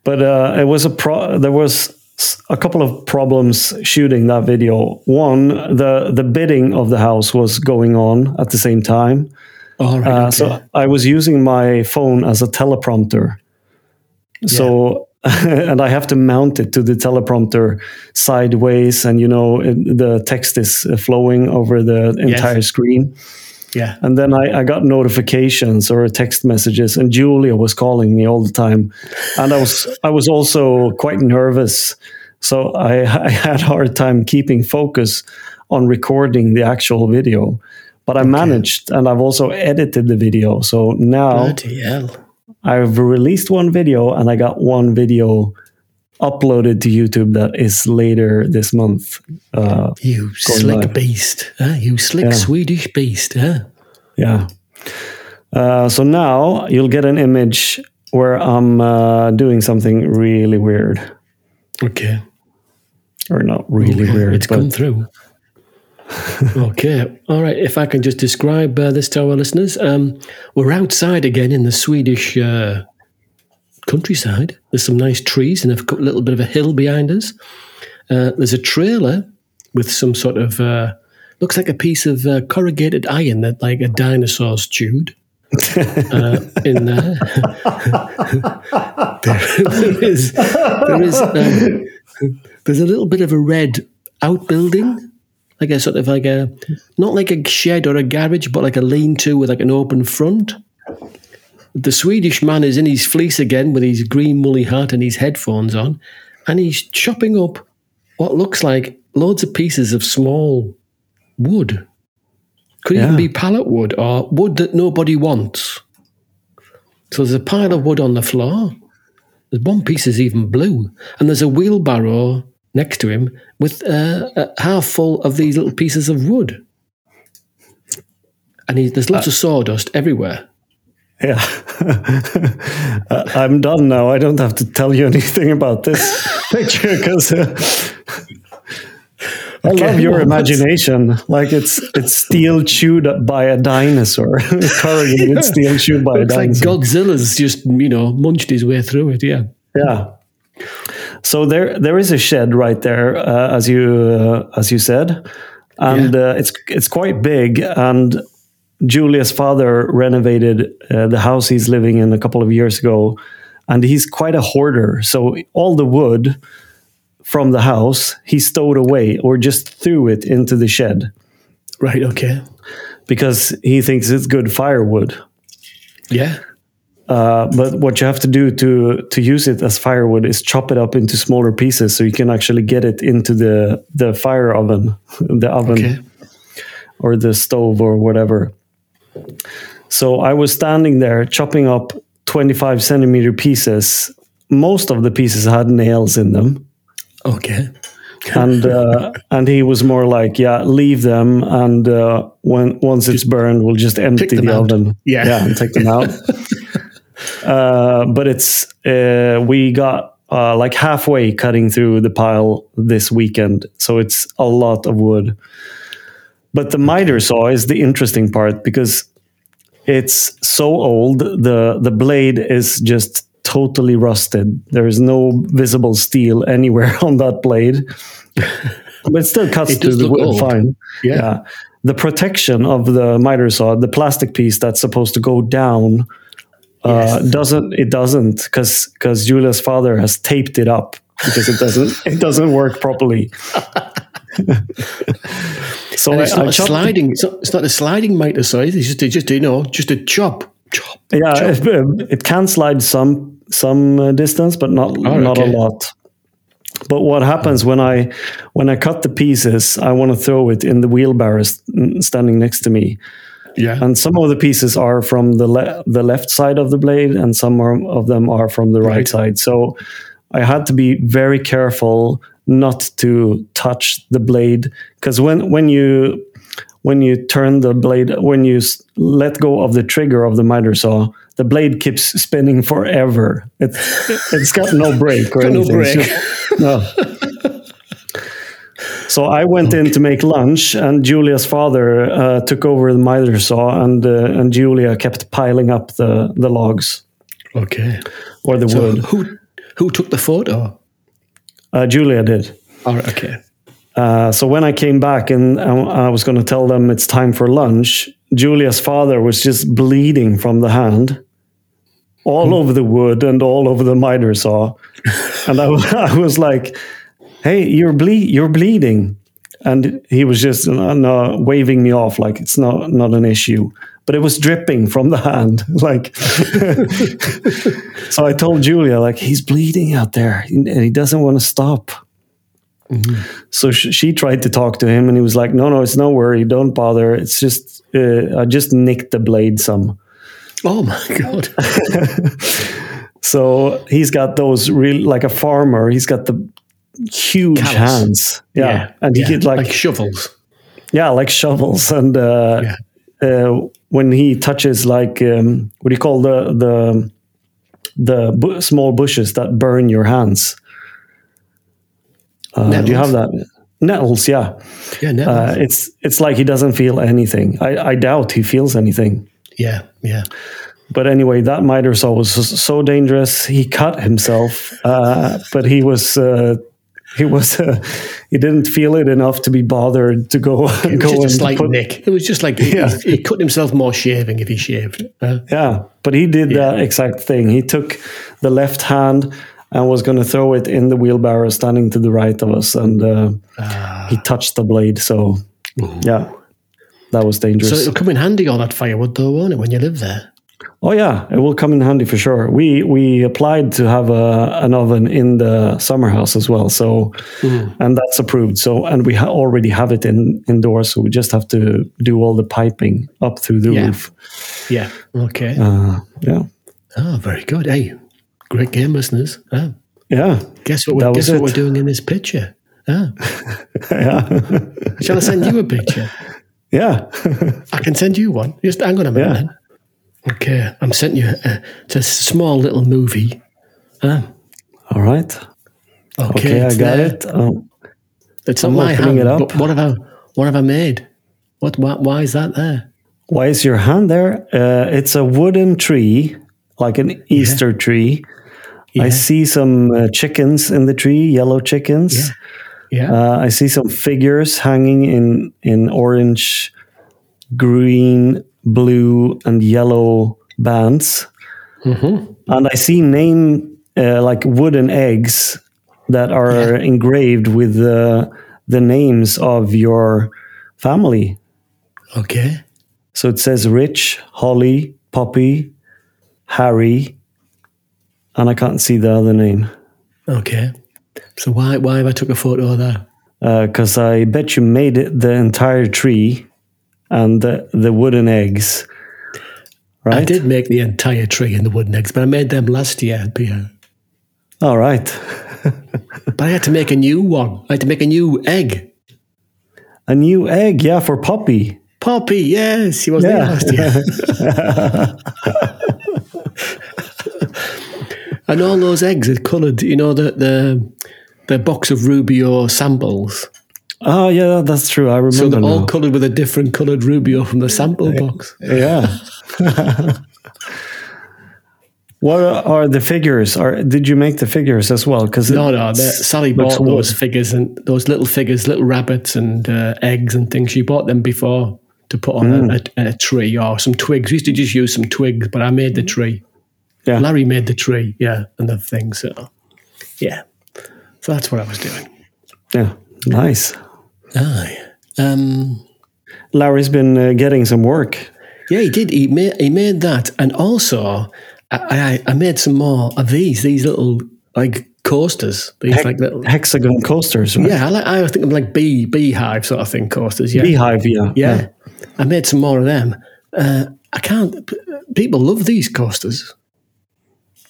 S1: but uh, it was a pro there was s- a couple of problems shooting that video one the the bidding of the house was going on at the same time
S2: All right.
S1: uh,
S2: okay.
S1: so i was using my phone as a teleprompter so and i have to mount it to the teleprompter sideways and you know it, the text is uh, flowing over the entire screen
S2: yeah.
S1: and then I, I got notifications or text messages, and Julia was calling me all the time, and I was I was also quite nervous, so I, I had a hard time keeping focus on recording the actual video, but I managed, and I've also edited the video. So now
S2: Bloody hell.
S1: I've released one video, and I got one video uploaded to YouTube that is later this month. Uh,
S2: You slick
S1: live.
S2: beast. Huh? You slick Swedish beast. Huh?
S1: Yeah. Uh, so now you'll get an image where I'm uh, doing something really weird,
S2: Okay.
S1: or not really weird.
S2: It's
S1: but
S2: come through. okay. All right. If I can just describe uh, this to our listeners, um, we're outside again in the Swedish uh, countryside. There's some nice trees and a cou- little bit of a hill behind us. Uh, there's a trailer with some sort of uh, looks like a piece of uh, corrugated iron that like a dinosaur stewed. uh, in there, there is there is um, there's a little bit of a red outbuilding, like a sort of like a not like a shed or a garage, but like a lean-to with like an open front. The Swedish man is in his fleece again with his green woolly hat and his headphones on, and he's chopping up what looks like loads of pieces of small wood. Could even
S1: Yeah.
S2: be pallet wood or wood that nobody wants. So there's a pile of wood on the floor. There's one piece is even blue, and there's a wheelbarrow next to him with uh, a half full of these little pieces of wood. And he, there's lots of sawdust everywhere.
S1: yeah, Uh, I'm done now. I don't have to tell you anything about this picture because uh, I love
S2: Okay,
S1: your
S2: well, that's-
S1: imagination. Like it's it's steel chewed by a dinosaur. Corrugated steel chewed by a
S2: It's like
S1: dinosaur.
S2: Godzilla's just, you know, munched his way through it. Yeah.
S1: Yeah. So there, there is a shed right there, uh, as you uh, as you said, and uh, it's it's quite big. And Julia's father renovated uh, the house he's living in a couple of years ago, and he's quite a hoarder. So all the wood from the house he stowed away or just threw it into the shed
S2: Right. Okay.
S1: because he thinks it's good firewood.
S2: Yeah.
S1: but what you have to do to to use it as firewood is chop it up into smaller pieces so you can actually get it into the the fire oven the oven
S2: Okay.
S1: or the stove or whatever so i was standing there chopping up 25 centimeter pieces most of the pieces had nails in them
S2: Okay.
S1: and uh, and he was more like yeah leave them and uh, when once it's burned we'll just empty
S2: them
S1: the
S2: out.
S1: oven
S2: Yeah.
S1: and take them out uh, but it's uh, we got uh, like halfway cutting through the pile this weekend so it's a lot of wood but the miter saw is the interesting part because it's so old the the blade is just totally rusted there is no visible steel anywhere on that blade but it still cuts
S2: It
S1: through
S2: does
S1: the
S2: look
S1: wood
S2: old.
S1: fine
S2: Yeah.
S1: the protection of the miter saw the plastic piece that's supposed to go down uh, doesn't it doesn't because because Julia's father has taped it up because it doesn't it doesn't work properly so
S2: And it's not a
S1: chopped it
S2: sliding. It's not, it's not a sliding miter size. It's just, a, just a, you know, just a chop, chop.
S1: Yeah, it, it can slide some some uh, distance, but not not
S2: okay.
S1: a lot. But what happens when I when I cut the pieces? I want to throw it in the wheelbarrow st- standing next to me,
S2: Yeah.
S1: and some of the pieces are from the le- the left side of the blade, and some are, of them are from the right,
S2: Right.
S1: side. So I had to be very careful not to touch the blade because when when you when you turn the blade when you s- let go of the trigger of the miter saw the blade keeps spinning forever it, it's got no break or
S2: Got no
S1: anything
S2: break.
S1: So- no so i went in to make lunch and julia's father uh, took over the miter saw and uh, and julia kept piling up the the logs
S2: Okay.
S1: or the
S2: So
S1: wood
S2: who who took the photo?
S1: uh, julia did
S2: All right. Okay.
S1: Uh, so when I came back and I, I was going to tell them it's time for lunch, Julia's father was just bleeding from the hand, all over the wood and all over the miter saw, and I, wa- I was like, "Hey, you're ble- you're bleeding," and he was just uh, no, waving me off like it's not not an issue. But it was dripping from the hand, like. so I told Julia, like he's bleeding out there, and he doesn't want to stop. So sh- she tried to talk to him, and he was like, "No, no, it's no worry. Don't bother. It's just uh, I just nicked the blade some."
S2: Oh my god.
S1: So he's got those real like a farmer. He's got the huge
S2: Callous.
S1: hands, yeah, and he
S2: Yeah.
S1: could like,
S2: shovels.
S1: yeah, like shovels. And uh,
S2: Yeah.
S1: uh, when he touches like um, what do you call the the the bu- small bushes that burn your hands? Uh, do you have
S2: Nettles?
S1: that? Nettles, yeah.
S2: Yeah. No.
S1: Uh, it's it's like he doesn't feel anything. I, I doubt he feels anything.
S2: yeah. Yeah.
S1: But anyway, that miter saw was so- so dangerous. He cut himself, uh, but he was uh, he was uh, he didn't feel it enough to be bothered to go go
S2: It was just a
S1: and
S2: slight
S1: put-
S2: nick. It was just like he- he, he cut himself more shaving if he shaved. Uh,
S1: yeah. But he did that exact thing. He took the left hand and was going to throw it in the wheelbarrow standing to the right of us, and uh,
S2: Ah.
S1: he touched the blade. So yeah, that was dangerous.
S2: so it'll come in handy all that firewood though, won't it, when you live there?
S1: Oh yeah, it will come in handy for sure. We we applied to have a, an oven in the summer house as well, so
S2: Mm-hmm.
S1: and that's approved. So and we ha- already have it in indoors, so we just have to do all the piping up through the
S2: Yeah.
S1: roof.
S2: Yeah. Okay.
S1: Uh, yeah,
S2: oh, very good. Hey, great game, listeners. Uh,
S1: yeah,
S2: guess what? We're,
S1: That was
S2: guess what
S1: it.
S2: we're doing in this picture. Uh,
S1: yeah,
S2: shall I send you a picture?
S1: yeah.
S2: I can send you one. Just hang on a minute.
S1: Yeah.
S2: Then. Okay, I'm sending you. Uh, it's a small little movie. Uh,
S1: all right.
S2: okay,
S1: Okay, I
S2: it's
S1: got
S2: there.
S1: it. Um,
S2: It's
S1: I'm
S2: not my
S1: opening
S2: hand.
S1: it up.
S2: But what have I? What have I made? What? Why, why is that there?
S1: Why is your hand there? Uh, it's a wooden tree, like an Easter tree. I see some uh, chickens in the tree, yellow chickens.
S2: Yeah.
S1: Uh, I see some figures hanging in in orange, green, blue, and yellow bands, and I see name uh, like wooden eggs that are engraved with the the names of your family.
S2: okay.
S1: So it says Rich, Holly, Poppy, Harry, and I can't see the other name.
S2: Okay. So why why have I took a photo there?
S1: because Uh, I bet you made it the entire tree and the, the wooden eggs. Right?
S2: I did make the entire tree in the wooden eggs, but I made them last year, Peter.
S1: All right.
S2: But I had to make a new one. I had to make a new egg.
S1: A new egg, yeah, for Poppy.
S2: Poppy, yes, he was there
S1: Yeah.
S2: last year. and all those eggs are coloured. You know the the the box of Rubio samples.
S1: Oh, yeah, that's true. I remember.
S2: So they're all
S1: now.
S2: coloured with a different coloured Rubio from the sample box.
S1: yeah. what are the figures? Are Did you make the figures as well? Because
S2: No, no. the- Sally
S1: looks
S2: bought those
S1: wood.
S2: figures and those little figures, little rabbits and uh, eggs and things. She bought them before to put on a, a, a tree or some twigs. We used to just use some twigs, but I made the tree.
S1: Yeah.
S2: Larry made the tree, yeah, and the thing. So, yeah. So that's what I was doing.
S1: Yeah, nice.
S2: Aye. Um,
S1: Larry's been uh, getting some work.
S2: yeah, he did. He made, he made that. And also, I, I, I made some more of these, these little like coasters. These
S1: Hec-
S2: like little.
S1: hexagon coasters, right?
S2: Yeah, I, like, I think of like bee beehive sort of thing coasters. Yeah,
S1: Beehive, yeah.
S2: yeah. I made some more of them. Uh, I can't. p- People love these coasters.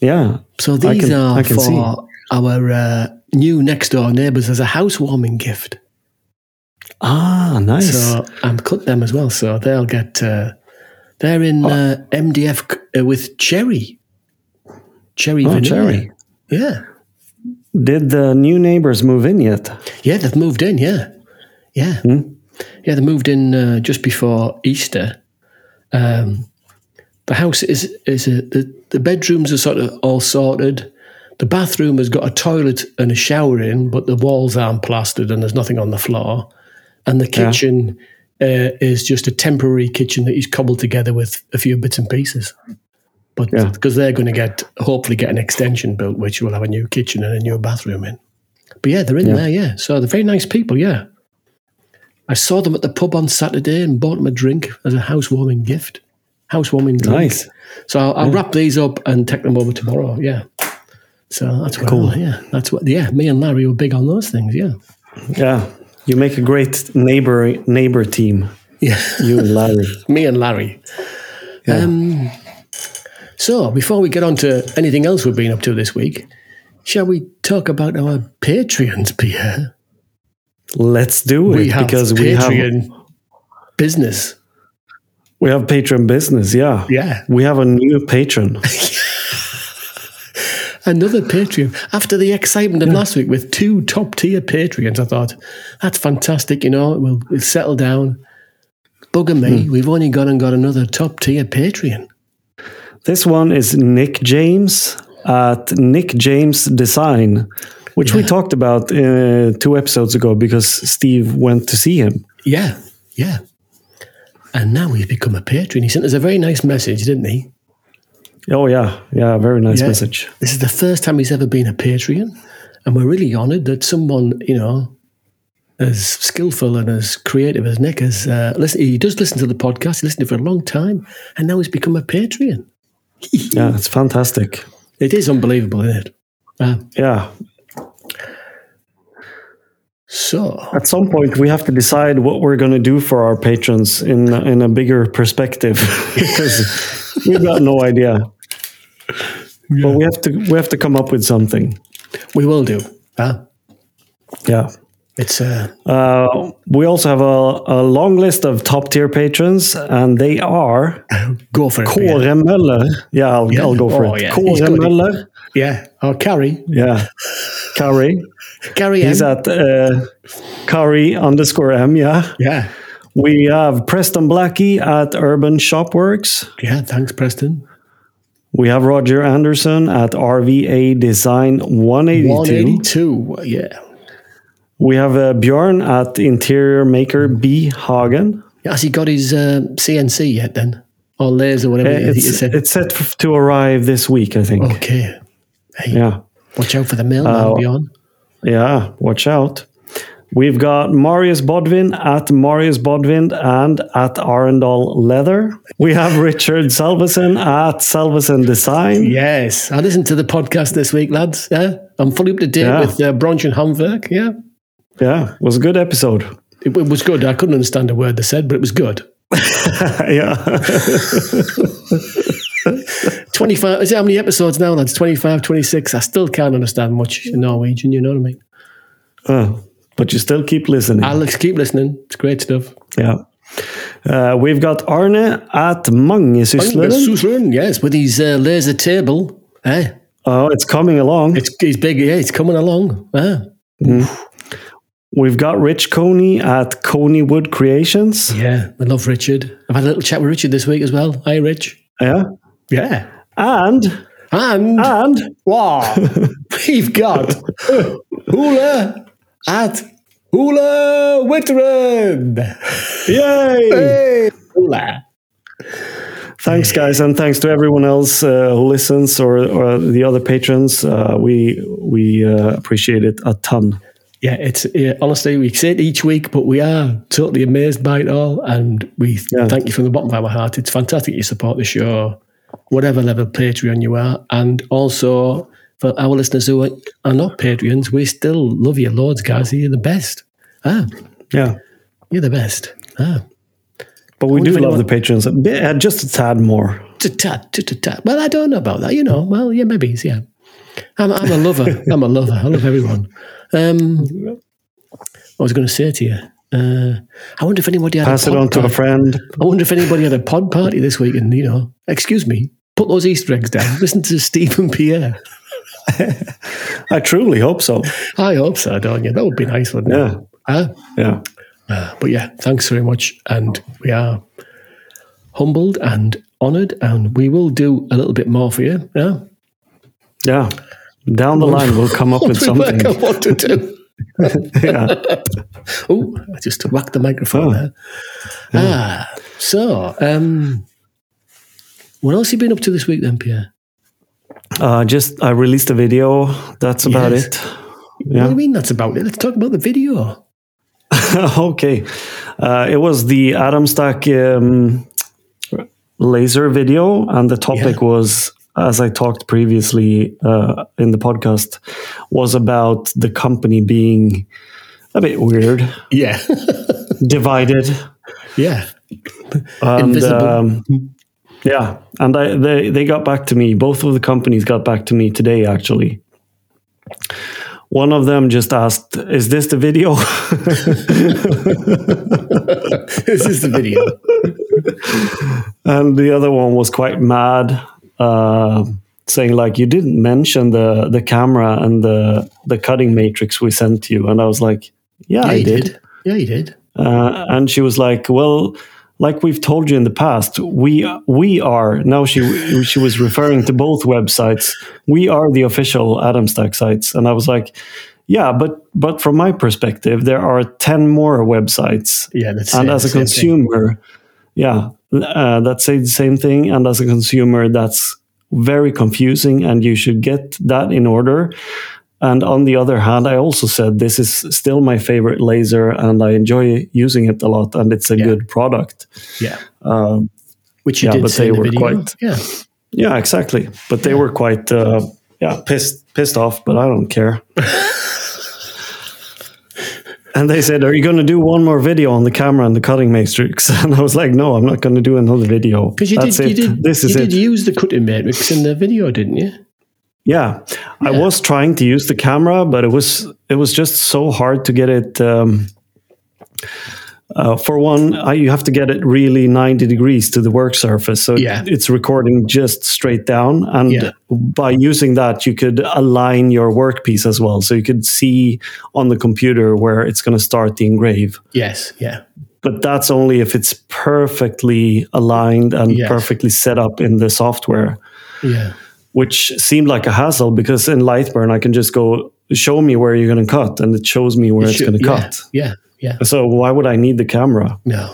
S1: Yeah.
S2: So
S1: I
S2: these
S1: can-
S2: are
S1: I can
S2: for
S1: see.
S2: our uh, new next door neighbours as a housewarming gift.
S1: Ah, nice.
S2: So I'm cut them as well. So they'll get. Uh, they're
S1: Oh.
S2: in uh, MDF c- uh, with cherry. Cherry
S1: Oh,
S2: vanilla.
S1: cherry.
S2: Yeah.
S1: Did the new neighbors move in yet?
S2: Yeah, they've moved in. Yeah, yeah,
S1: Hmm.
S2: yeah. They moved in uh, just before Easter. Um, the house is is a, the the bedrooms are sort of all sorted. The bathroom has got a toilet and a shower in, but the walls aren't plastered and there's nothing on the floor. And the kitchen uh, is just a temporary kitchen that he's cobbled together with a few bits and pieces. But
S1: Yeah.
S2: because they're going to get hopefully get an extension built, which will have a new kitchen and a new bathroom in. But yeah, they're in there, yeah. So they're very nice people, yeah. I saw them at the pub on Saturday and bought them a drink as a housewarming gift. Housewarming drink.
S1: Nice.
S2: So I'll, I'll wrap these up and take them over tomorrow, yeah. So that's cool. Yeah, that's what. Yeah, me and Larry were big on those things. Yeah,
S1: Yeah. You make a great neighbor neighbor team,
S2: yeah.
S1: you and Larry.
S2: me and Larry.
S1: Yeah.
S2: Um, so before we get on to anything else we've been up to this week, shall we talk about our Patreons, Pierre?
S1: Let's do it
S2: we have
S1: because we have
S2: Patreon business.
S1: we have patron business. Yeah.
S2: Yeah.
S1: We have a new patron.
S2: Another Patreon. After the excitement of last week with two top tier Patreons, I thought, that's fantastic. You know, we'll, we'll settle down. Bugger me. We've only gone and got another top tier Patreon.
S1: this one is Nick James at Nick James Design, which we talked about uh, two episodes ago because Steve went to see him.
S2: Yeah. Yeah. And now he's become a patron. He sent us a very nice message, didn't he?
S1: Oh yeah, yeah, very nice
S2: Yeah.
S1: message.
S2: This is the first time he's ever been a Patreon, and we're really honoured that someone you know as skillful and as creative as Nick has uh, listen. He does listen to the podcast. He listened to it for a long time, and now he's become a Patreon.
S1: Yeah, it's fantastic.
S2: It is unbelievable, isn't it? Uh,
S1: Yeah,
S2: so
S1: At some point, we have to decide what we're going to do for our patrons in in a bigger perspective because we've got no idea. But we have to we have to come up with something.
S2: we will do. Uh,
S1: Yeah.
S2: it's uh,
S1: Uh, we also have a, a long list of top tier patrons, and they are
S2: go for it. Pierre.
S1: Kåre Møller. Yeah, I'll, I'll go for
S2: Oh,
S1: it.
S2: yeah. He's
S1: Kåre
S2: good.
S1: Møller.
S2: Yeah, or carry.
S1: Yeah. Carrie.
S2: Gary M.
S1: He's at uh, Curry underscore M. Yeah.
S2: yeah.
S1: We have Preston Blackie at Urban Shopworks.
S2: Yeah. Thanks, Preston.
S1: We have Roger Anderson at RVA Design 182.
S2: 182. Yeah.
S1: We have uh, Bjorn at Interior Maker B. Hagen.
S2: Has he got his uh, CNC yet then? Or lasers or whatever
S1: Uh,
S2: it is that you
S1: It's,
S2: said?
S1: it's set f- to arrive this week, I think.
S2: Okay. Hey,
S1: Yeah.
S2: watch out for the mail, man,
S1: Uh,
S2: Bjorn.
S1: Yeah. Watch out. We've got Marius Bodvin at Marius Bodvin and at Arendal Leather. We have Richard Salveson at Salveson Design.
S2: Yes. I listened to the podcast this week, lads. Yeah. I'm fully up to date
S1: Yeah.
S2: with uh, Bronch and Hamwerk. Yeah.
S1: Yeah, it was a good episode.
S2: It, it was good. I couldn't understand a word they said, but it was good.
S1: yeah.
S2: 25, is it how many episodes now, lads? 25, 26. I still can't understand much in Norwegian, you know what I mean?
S1: Uh, but you still keep listening.
S2: Alex, keep listening. It's great stuff.
S1: yeah. Uh, we've got Arne at Mangesysslen.
S2: Suslin, yes, with his uh, laser table. Eh?
S1: Oh, it's coming along.
S2: It's, he's big. Yeah, it's coming along. Ah.
S1: We've got Rich Coney at Coney Wood Creations.
S2: Yeah, I love Richard. I've had a little chat with Richard this week as well. Hi, Rich.
S1: Yeah.
S2: Yeah. Ah.
S1: And,
S2: And
S1: and
S2: what we've got Hula at Hula Witteren.
S1: yay!
S2: Hey, Hula.
S1: Thanks, guys, and thanks to everyone else uh, who listens or, or the other patrons. Uh, we we uh, appreciate it a ton.
S2: Yeah, it's yeah, honestly we say it each week, but we are totally amazed by it all, and we
S1: Yeah.
S2: thank you from the bottom of our heart. It's fantastic you support the show, whatever level Patreon you are, and also for our listeners who are, are not Patreons, we still love you loads, guys. You're the best. Ah,
S1: Yeah.
S2: you're the best. Ah,
S1: But we
S2: wonder
S1: do
S2: if
S1: love
S2: anyone-
S1: the patrons a bit, uh, just a tad more.
S2: ta-ta, ta-ta-ta. Well, I don't know about that. You know, well, yeah, maybe, yeah. I'm, I'm a lover. I'm a lover. I love everyone. Um, I was going to say to you, uh, I wonder if anybody had
S1: Pass
S2: a
S1: it
S2: pod
S1: on to a
S2: party.
S1: friend.
S2: I wonder if anybody had a pod party this week, and you know, excuse me, put those Easter eggs down. Listen to Stephen Pierre.
S1: I truly hope so.
S2: I hope so, don't you? That would be nice, wouldn't
S1: Yeah.
S2: it? Huh?
S1: Yeah.
S2: But yeah, thanks very much, and we are humbled and honoured, and we will do a little bit more for you. Yeah.
S1: Yeah. Down the line, we'll come up with
S2: Once we work
S1: something.
S2: out what to do.
S1: Yeah.
S2: Oh, I just whacked the microphone
S1: Oh.
S2: there. Ah, so um, what else you been up to this week then, Pierre?
S1: Uh, just I released a video. That's about
S2: Yes.
S1: it.
S2: What
S1: Yeah.
S2: do you mean that's about it? Let's talk about the video.
S1: okay. Uh, it was the Adam Stack um, laser video, and the topic was, as I talked previously uh, in the podcast, was about the company being a bit weird,
S2: Yeah,
S1: divided,
S2: yeah,
S1: and,
S2: Invisible. Mm-hmm.
S1: um, yeah, and I, they they got back to me. Both of the companies got back to me today, actually. One of them just asked, "Is this the video?"
S2: this is the video.
S1: and the other one was quite mad, uh, saying like, "You didn't mention the the camera and the the cutting matrix we sent you." And I was like, "Yeah, I
S2: you
S1: did."
S2: Yeah, you did.
S1: Uh, and she was like, "Well." Like we've told you in the past, we we are now. She she was referring to both websites. We are the official Adam Stack sites, and I was like, "Yeah, but but from my perspective, there are ten more websites
S2: Yeah, that's
S1: and
S2: uh,
S1: as a
S2: same thing.
S1: consumer yeah uh, that says the same thing and as a consumer that's very confusing and you should get that in order and on the other hand i also said this is still my favorite laser and i enjoy using it a lot and it's a
S2: Yeah.
S1: good product
S2: Yeah,
S1: um,
S2: which you
S1: yeah,
S2: did
S1: but
S2: say
S1: they
S2: in the
S1: were
S2: video.
S1: quite-
S2: yeah,
S1: yeah exactly but they were quite uh, yeah pissed pissed off but i don't care and they said are you going to do one more video on the camera and the cutting matrix and i was like no i'm not going to do another video
S2: because you
S1: That's
S2: did.
S1: it.
S2: You did.
S1: this is
S2: you
S1: it
S2: did use the cutting matrix in the video, didn't you?
S1: yeah. i was trying to use the camera but it was it was just so hard to get it um, Uh, for one, I, you have to get it really 90 degrees to the work surface. So
S2: Yeah.
S1: it's recording just straight down. And
S2: Yeah.
S1: by using that, you could align your workpiece as well. So you could see on the computer where it's going to start the engrave.
S2: Yes, yeah.
S1: But that's only if it's perfectly aligned and
S2: Yes.
S1: perfectly set up in the software
S2: Yeah.
S1: which seemed like a hassle because in Lightburn I can just go show me where you're going to cut, and it shows me where it's
S2: Sure,
S1: going to
S2: yeah,
S1: cut.
S2: Yeah, yeah.
S1: So why would I need the camera?
S2: No.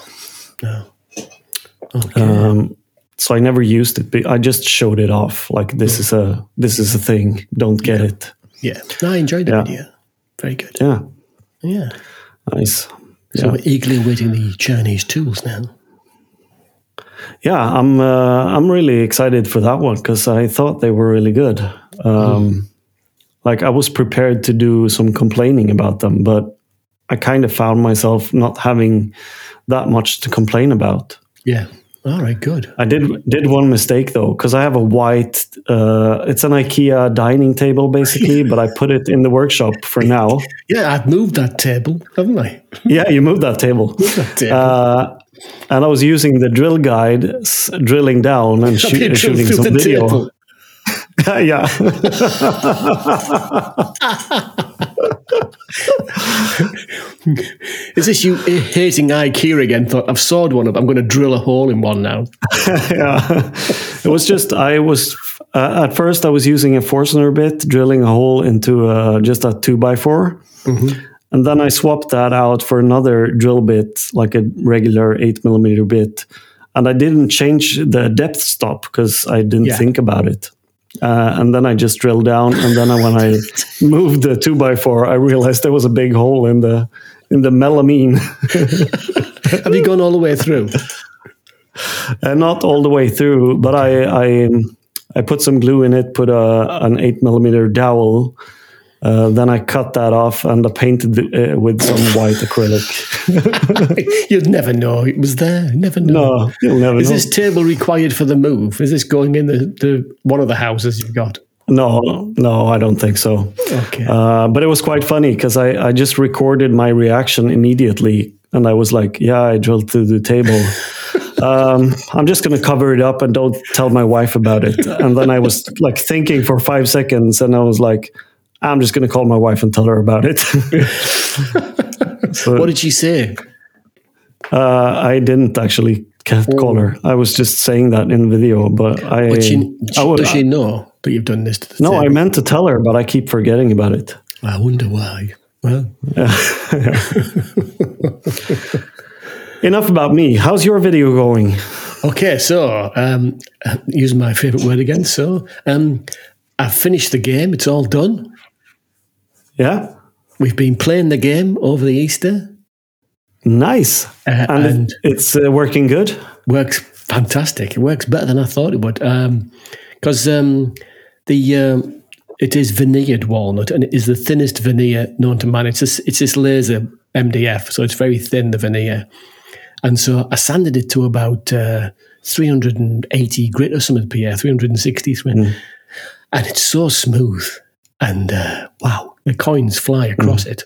S2: No. Oh, Okay.
S1: Um, so I never used it. but I just showed it off, like this is a this is a thing. Don't get it.
S2: yeah. No, I enjoyed the
S1: yeah.
S2: video. Very good.
S1: Yeah,
S2: Yeah.
S1: nice.
S2: So
S1: Yeah.
S2: we're eagerly awaiting the Chinese tools now.
S1: Yeah, I'm uh, I'm really excited for that one because I thought they were really good. Um,
S2: Mm.
S1: Like I was prepared to do some complaining about them, but I kind of found myself not having that much to complain about.
S2: Yeah. All right, good.
S1: I did did one mistake though because I have a white. Uh, it's an IKEA dining table basically, but I put it in the workshop for now.
S2: Yeah, I've moved that table, haven't I?
S1: Yeah, you moved that table.
S2: That table.
S1: Uh, and I was using the drill guide, s- drilling down and shoo-
S2: Been drilled
S1: shooting
S2: through
S1: some
S2: the
S1: video.
S2: table.
S1: yeah.
S2: Is this you hating IKEA again? Thought I've sawed one up. I'm going to drill a hole in one now.
S1: yeah. It was just I was uh, at first I was using a Forstner bit, drilling a hole into uh, just a two by 4 and then I swapped that out for another drill bit, like a regular eight millimeter bit, and I didn't change the depth stop because I didn't
S2: Yeah.
S1: think about it. Uh, and then I just drilled down, and then I- when I moved the two by four, I realized there was a big hole in the in the melamine.
S2: Have you gone all the way through?
S1: Uh, not all the way through, but I I, um, I put some glue in it, put a, an eight millimeter dowel. Uh, then I cut that off and I painted it uh, with some white acrylic.
S2: You'd never know it was there. Never know.
S1: No, you'll never
S2: Is
S1: know.
S2: this table required for the move? Is this going in the, the one of the houses you've got?
S1: No, no, I don't think so.
S2: Okay.
S1: Uh, but it was quite funny because I, I just recorded my reaction immediately. And I was like, yeah, I drilled through the table. um, I'm just going to cover it up and don't tell my wife about it. And then I was like thinking for five seconds and I was like, I'm just going to call my wife and tell her about it. so,
S2: what did she say?
S1: uh, I didn't actually ca- call her. I was just saying that in video, but I.
S2: But she,
S1: I wa-
S2: does she know that you've done this to the
S1: no, I
S2: table?
S1: meant to tell her, but I keep forgetting about it.
S2: I wonder why. Well,
S1: Enough about me. How's your video going?
S2: Okay, so um, using my favourite word again. So um, I've finished the game. It's all done.
S1: Yeah.
S2: We've been playing the game over the Easter.
S1: Nice.
S2: Uh,
S1: and it-
S2: and-
S1: it's uh, working good.
S2: Works fantastic. It works better than I thought it would. Because um, the um, it is veneered walnut, and it is the thinnest veneer known to man. It's this, it's this laser MDF, so it's very thin the veneer. And so I sanded it to about uh, 380 grit or something, Pierre, 360, 300. and it's so smooth. And uh, wow, the coins fly across it.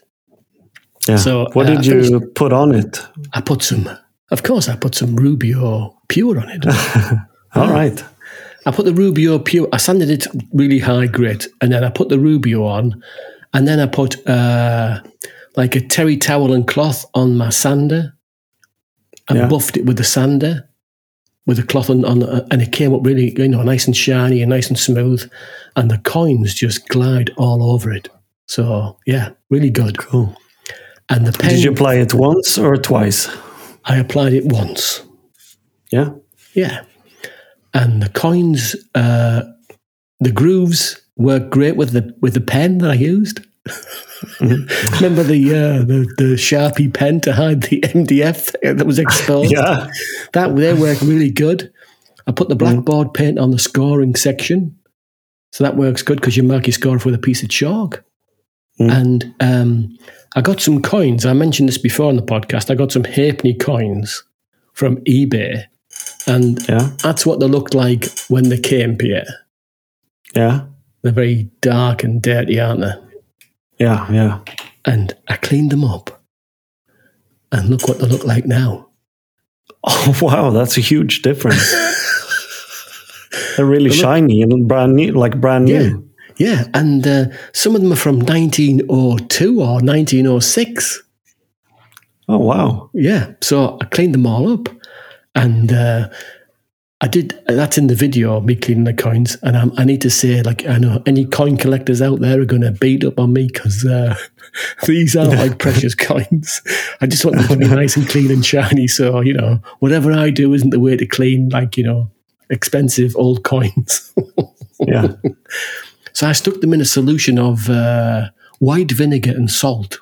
S1: Yeah.
S2: So,
S1: what
S2: uh,
S1: did you put on it?
S2: I put some, of course, I put some Rubio Pure on it.
S1: All right.
S2: I put the Rubio pure. I sanded it really high grit, and then I put the Rubio on, and then I put uh, like a terry towel and cloth on my sander, and
S1: Yeah.
S2: buffed it with the sander, with a cloth on, on, and it came up really, you know, nice and shiny and nice and smooth, and the coins just glide all over it. So yeah, really good. Cool. And the pen,
S1: Did you apply it once or twice?
S2: I applied it once.
S1: Yeah.
S2: Yeah. And the coins, uh, the grooves work great with the with the pen that I used. Remember the, uh, the the Sharpie pen to hide the MDF that was exposed.
S1: Yeah.
S2: That they work really good. I put the blackboard paint on the scoring section, so that works good because you mark your score with a piece of chalk. And um, I got some coins. I mentioned this before on the podcast. I got some halfpenny coins from eBay, and
S1: Yeah.
S2: that's what they looked like when they came, Pierre.
S1: Yeah.
S2: They're very dark and dirty, aren't they?
S1: Yeah. Yeah.
S2: And I cleaned them up. and look what they look like now.
S1: Oh wow, that's a huge difference. They're really shiny and brand new, like brand new.
S2: Yeah. Yeah, and uh, some of them are from 1902 or 1906.
S1: Oh wow,
S2: Yeah, so I cleaned them all up, and uh, I did. That's in the video me cleaning the coins, and i I need to say, like, I know any coin collectors out there are going to beat up on me because uh, these are like precious coins. I just want them to be nice and clean and shiny. So you know, whatever I do isn't the way to clean, like you know, expensive old coins.
S1: yeah.
S2: so I stuck them in a solution of uh, white vinegar and salt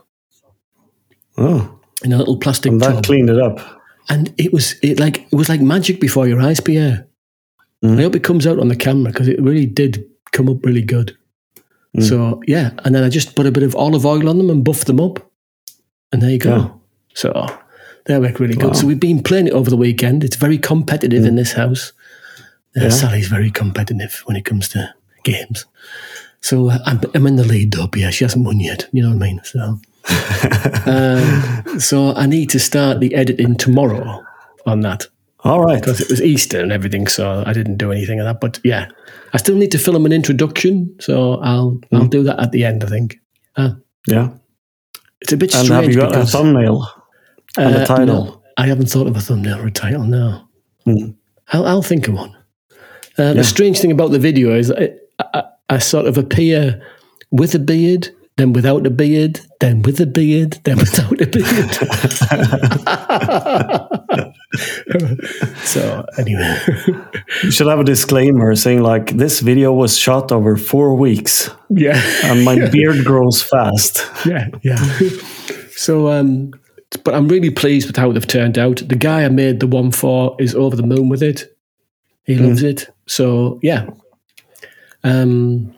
S1: Oh,
S2: in a little plastic
S1: and
S2: tub.
S1: that cleaned it up.
S2: and it was it like it was like magic before your eyes, Pierre.
S1: Mhm.
S2: I hope it comes out on the camera because it really did come up really good. So yeah, and then I just put a bit of olive oil on them and buffed them up, and there you go.
S1: Yeah.
S2: So they work really good. So we've been playing it over the weekend. It's very competitive in this house. Uh,
S1: Yeah.
S2: Sally's very competitive when it comes to games. So uh, I'm, I'm in the lead though, Pierre. She hasn't won yet. You know what I mean? So. Um, so I need to start the editing tomorrow on that
S1: All right.
S2: because it was Easter and everything, so I didn't do anything of that. But yeah, I still need to film an introduction, so I'll I'll
S1: Mm.
S2: do that at the end. I think
S1: Yeah.
S2: it's a bit
S1: And have
S2: strange
S1: you got
S2: because
S1: a thumbnail? and a
S2: uh,
S1: title?
S2: no, I haven't thought of a thumbnail or a title. No,
S1: Hmm.
S2: I'll, I'll think of one. Uh,
S1: Yeah.
S2: The strange thing about the video is I, I, I sort of appear with a beard, then without a beard, then with a beard, then without a beard. so anyway,
S1: You should have a disclaimer saying like this video was shot over four weeks
S2: yeah,
S1: and my beard grows fast.
S2: yeah, yeah. So, um, but I'm really pleased with how they've turned out. The guy I made the one for is over the moon with it. He
S1: Hmm.
S2: loves it. So, yeah. Um,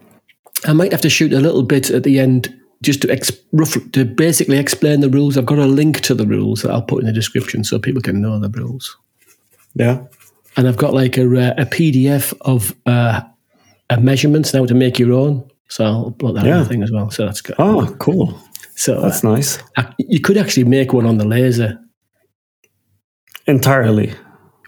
S2: I might have to shoot a little bit at the end just to ex- rough, to basically explain the rules. I've got a link to the rules that I'll put in the description so people can know the rules.
S1: Yeah.
S2: And I've got like a, uh, a PDF of uh, uh measurements now to make your own. So I'll put that on
S1: Yeah.
S2: the thing as well. So that's good.
S1: Oh, cool.
S2: so
S1: That's nice.
S2: I- you could actually make one on the laser.
S1: Entirely.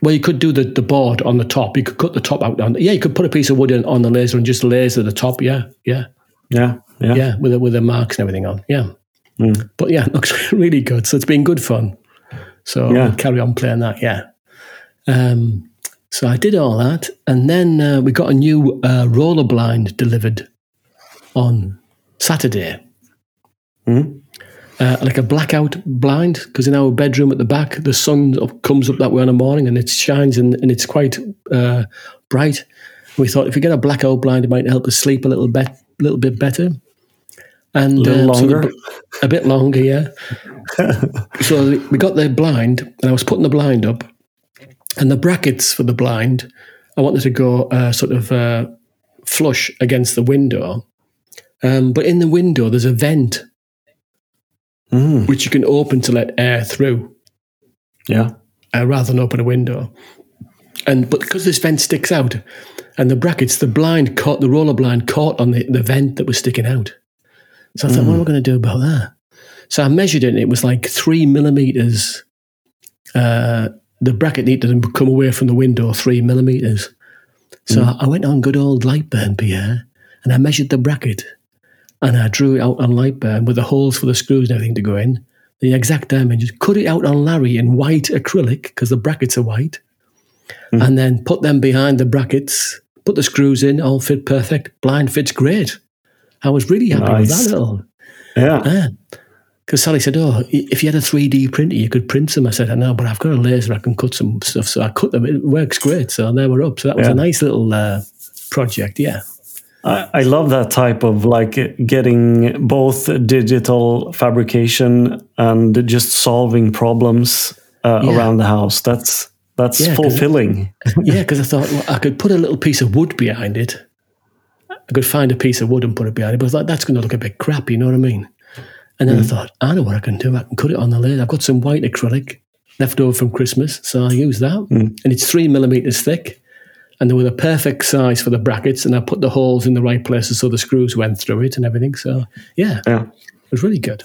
S2: Well, you could do the, the board on the top. You could cut the top out. On, yeah, you could put a piece of wood in, on the laser and just laser the top. Yeah, yeah,
S1: Yeah. Yeah.
S2: yeah, with the, with the marks and everything on. Yeah,
S1: Mm.
S2: but yeah, it looks really good. So it's been good fun. So
S1: Yeah.
S2: we'll carry on playing that. Yeah. Um, so I did all that, and then uh, we got a new uh, roller blind delivered on Saturday.
S1: Mhm.
S2: Uh, like a blackout blind, because in our bedroom at the back, the sun up, comes up that way in the morning and it shines and, and it's quite uh, bright. We thought if we get a blackout blind, it might help us sleep a little bit, little bit better, and
S1: Little
S2: um, so the
S1: longer.
S2: bl- a bit longer, yeah. so we got the blind, and I was putting the blind up, and the brackets for the blind, I wanted to go uh, sort of uh, flush against the window. Um, but in the window, there's a vent
S1: Mm.
S2: which you can open to let air through
S1: Yeah.
S2: uh, rather than open a window. And but because this vent sticks out, and the brackets, the blind caught the roller blind caught on the, the vent that was sticking out. So I thought, what am I going to do about that? So I measured it, and it was like three millimeters. Uh, the bracket needed to come away from the window three millimeters. So I went on good old Lightburn, Pierre, and I measured the bracket, and I drew it out on Lightburn with the holes for the screws and everything to go in, the exact dimensions. Cut it out on Larry in white acrylic because the brackets are white, and then put them behind the brackets. Put the screws in, all fit perfect. Blind fits great. I was really happy with
S1: Nice.
S2: that little.
S1: Yeah.
S2: Because Ah. Sally said, "Oh, i- if you had a 3D printer, you could print some." I said, "I know, but I've got a laser. I can cut some stuff." So I cut them. It works great. So there we're up. So that was
S1: Yeah.
S2: a nice little uh, project. Yeah,
S1: I, I love that type of like getting both digital fabrication and just solving problems uh,
S2: Yeah.
S1: around the house. That's that's
S2: Yeah, 'cause-
S1: fulfilling.
S2: yeah. Because I thought well, I could put a little piece of wood behind it. I could find a piece of wood and put it behind it, but I thought that's going to look a bit crap. You know what I mean? And then I thought, I know what I can do. I can cut it on the lid. I've got some white acrylic left over from Christmas, so I use that, and it's three millimeters thick. and they were the perfect size for the brackets. And I put the holes in the right places so the screws went through it and everything. So yeah,
S1: Yeah.
S2: it was really good.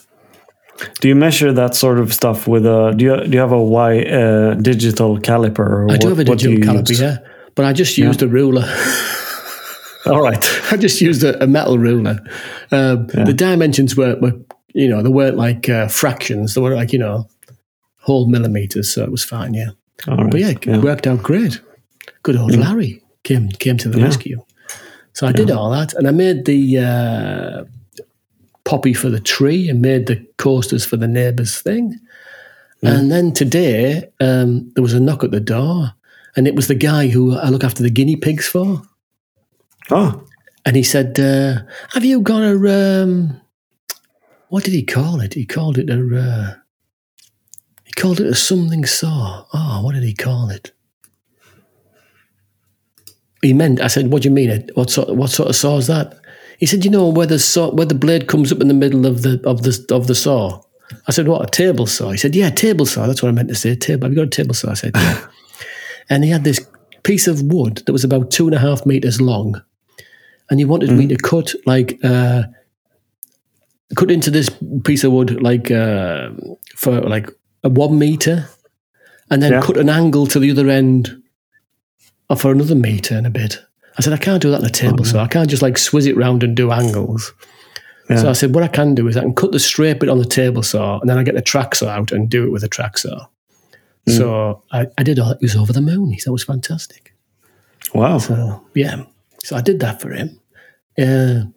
S1: Do you measure that sort of stuff with a? Do you do you have a Y uh, digital caliper? Or
S2: I do have a digital caliper,
S1: use?
S2: yeah, but I just used a ruler.
S1: All right.
S2: I just used a, a metal ruler. Um, The dimensions were, were, you know, they weren't like uh, fractions. They were like, you know, whole millimeters. So it was fine, yeah.
S1: All right.
S2: But yeah, it worked out great. Good old Larry came came to the
S1: Yeah.
S2: rescue. So I did all that, and I made the uh, poppy for the tree, and made the coasters for the neighbour's thing. And then today um, there was a knock at the door, and it was the guy who I look after the guinea pigs for,
S1: Oh,
S2: and he said, uh, "Have you got a um, what did he call it? He called it a uh, he called it a something saw. Oh, what did he call it? He meant. I said, "What do you mean? It What sort? What sort of saw is that?" He said, "You know where the saw, where the blade comes up in the middle of the of the of the saw." I said, "What a table saw?" He said, "Yeah, table saw. That's what I meant to say. Table. Have you got a table saw?" I said, "Yeah." and he had this piece of wood that was about two and a half meters long and you wanted
S1: Mm.
S2: me to cut like uh, cut into this piece of wood like uh, for like a one meter, and then
S1: Yeah.
S2: cut an angle to the other end for another meter and a bit. I said I can't do that on a
S1: Oh,
S2: table, so I can't just like swizz it round and do angles. So
S1: Yeah.
S2: I said, what I can do is I can cut the straight bit on the table saw, and then I get the track saw out and do it with a track saw.
S1: Mm.
S2: So I, I did all. It was over the moon. He thought it was fantastic.
S1: wow.
S2: So yeah, so I did that for him, uh,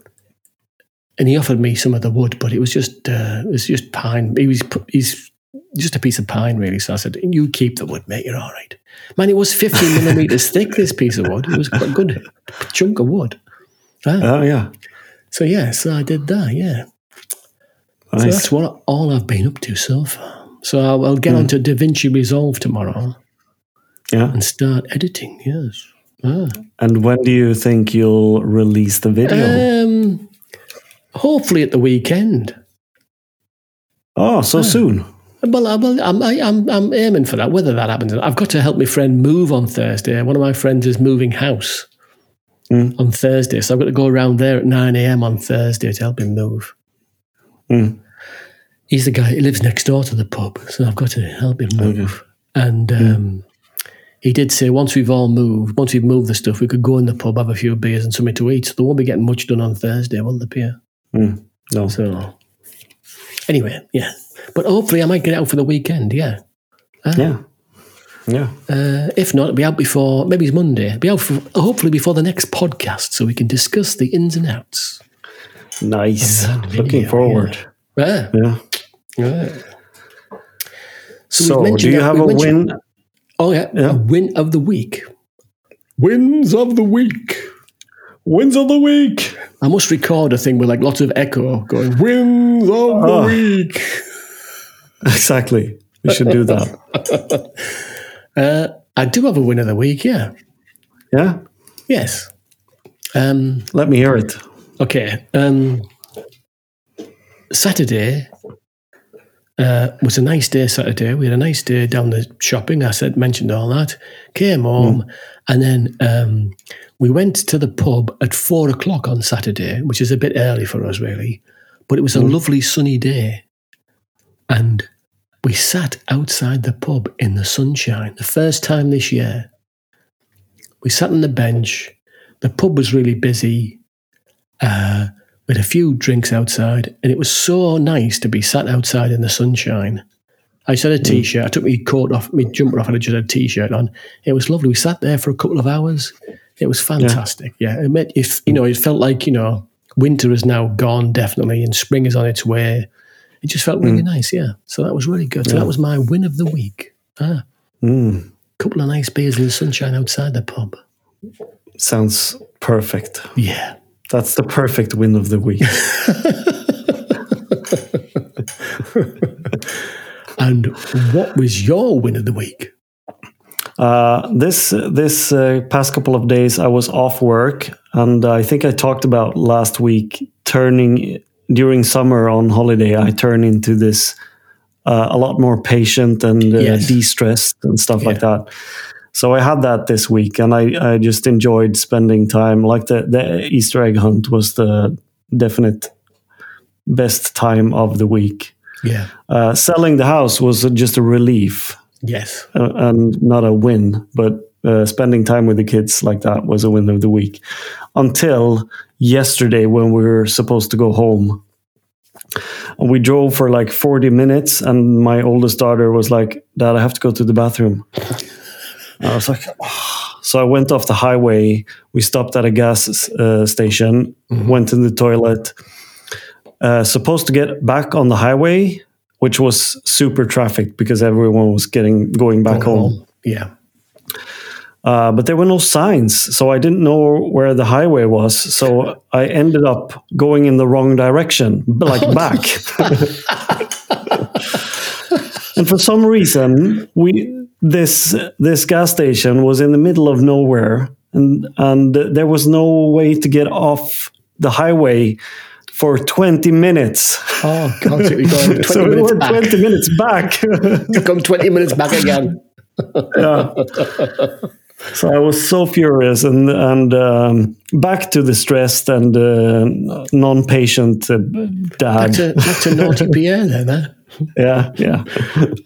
S2: and he offered me some of the wood, but it was just uh, it was just pine. He was pu- he's just a piece of pine really. So I said, "You keep the wood, mate. You're all right." Man, it was 15 millimeters thick. This piece of wood. It was quite a good chunk of wood.
S1: Oh yeah.
S2: So yeah, so I did that. Yeah, so
S1: Nice.
S2: that's what all I've been up to so far. So I'll, I'll get on to DaVinci Resolve tomorrow
S1: yeah.
S2: and start editing. Yes. Ah.
S1: And when do you think you'll release the video?
S2: Um, hopefully at the weekend.
S1: oh,
S2: uh,
S1: so soon.
S2: Well, I, well I'm, I, I'm, I'm aiming for that. Whether that happens, or not. I've got to help my friend move on Thursday. One of my friends is moving house
S1: Mm.
S2: on Thursday, so I've got to go around there at nine a.m. on Thursday to help him move.
S1: Mm.
S2: He's the guy. He lives next door to the pub, so I've got to help him move. And um, he did say once we've all moved, once we've moved the stuff, we could go in the pub, have a few beers, and something to eat. So there won't be getting much done on Thursday, will there, Pierre?
S1: Mm. No.
S2: So, anyway, yeah. But hopefully, I might get out for the weekend. Yeah.
S1: yeah. Yeah.
S2: Uh, if not, it'll be out before maybe it's Monday. It'll be out for, hopefully before the next podcast, so we can discuss the ins and outs.
S1: Nice.
S2: That video,
S1: Looking forward.
S2: Yeah.
S1: Yeah.
S2: yeah.
S1: So,
S2: we've
S1: do
S2: mentioned
S1: you
S2: that-
S1: have
S2: we've
S1: a
S2: mentioned-
S1: win?
S2: Oh yeah.
S1: Yeah.
S2: A win of the week. Wins of the week.
S1: Wins of the week.
S2: I must record a thing with like lots of echo going. Wins of
S1: Oh.
S2: the week.
S1: Exactly. We should do that.
S2: Uh, I do have a win of the week. Yeah.
S1: Yeah.
S2: Yes. Um,
S1: Let me hear it.
S2: Okay. Um, Saturday uh, was a nice day. Saturday we had a nice day down the shopping. I said mentioned all that. Came home and then um, we went to the pub at four o'clock on Saturday, which is a bit early for us really, but it was a lovely sunny day, and we sat outside the pub in the sunshine. The first time this year, we sat on the bench. The pub was really busy uh, with a few drinks outside, and it was so nice to be sat outside in the sunshine. I just had a t-shirt. I took my coat off, my jumper off, and I just had a t-shirt on. It was lovely. We sat there for a couple of hours. It was fantastic. Yeah, it made, if you know, it felt like you know, winter is now gone definitely, and spring is on its way. It just felt really nice. Yeah, so that was really good. So that was my win of the week. Ah,
S1: Mm.
S2: couple of nice beers in the sunshine outside the pub.
S1: Sounds perfect.
S2: Yeah.
S1: That's the perfect win of the week.
S2: And what was your win of the week?
S1: Uh, this this uh, past couple of days, I was off work, and I think I talked about last week turning during summer on holiday. I turn into this uh, a lot more patient and uh,
S2: Yes.
S1: de-stressed and stuff like that. So I had that this week, and I, I just enjoyed spending time. Like the the Easter egg hunt was the definite best time of the week.
S2: Yeah.
S1: Uh, selling the house was just a relief
S2: Yes.
S1: uh, and not a win, but uh, spending time with the kids like that was a win of the week. Until yesterday, when we were supposed to go home, and we drove for like 40 minutes, and my oldest daughter was like, Dad, I have to go to the bathroom. And I was like, "Ah." So I went off the highway. We stopped at a gas uh, station, went in the toilet. Uh, supposed to get back on the highway, which was super trafficked because everyone was getting going back
S2: Oh,
S1: home.
S2: Yeah.
S1: Uh, but there were no signs, so I didn't know where the highway was. So I ended up going in the wrong direction, b- like
S2: Oh,
S1: back. and for some reason, we this this gas station was in the middle of nowhere, and and there was no way to get off the highway for twenty minutes.
S2: Oh, God, so we got 20
S1: so we
S2: minutes
S1: were
S2: back.
S1: twenty minutes back.
S2: Come 20 minutes back again.
S1: So I was so furious and and um, back to the stressed and uh, non-patient uh,
S2: Back
S1: dad.
S2: to, back to naughty Pierre then, huh?
S1: yeah, yeah.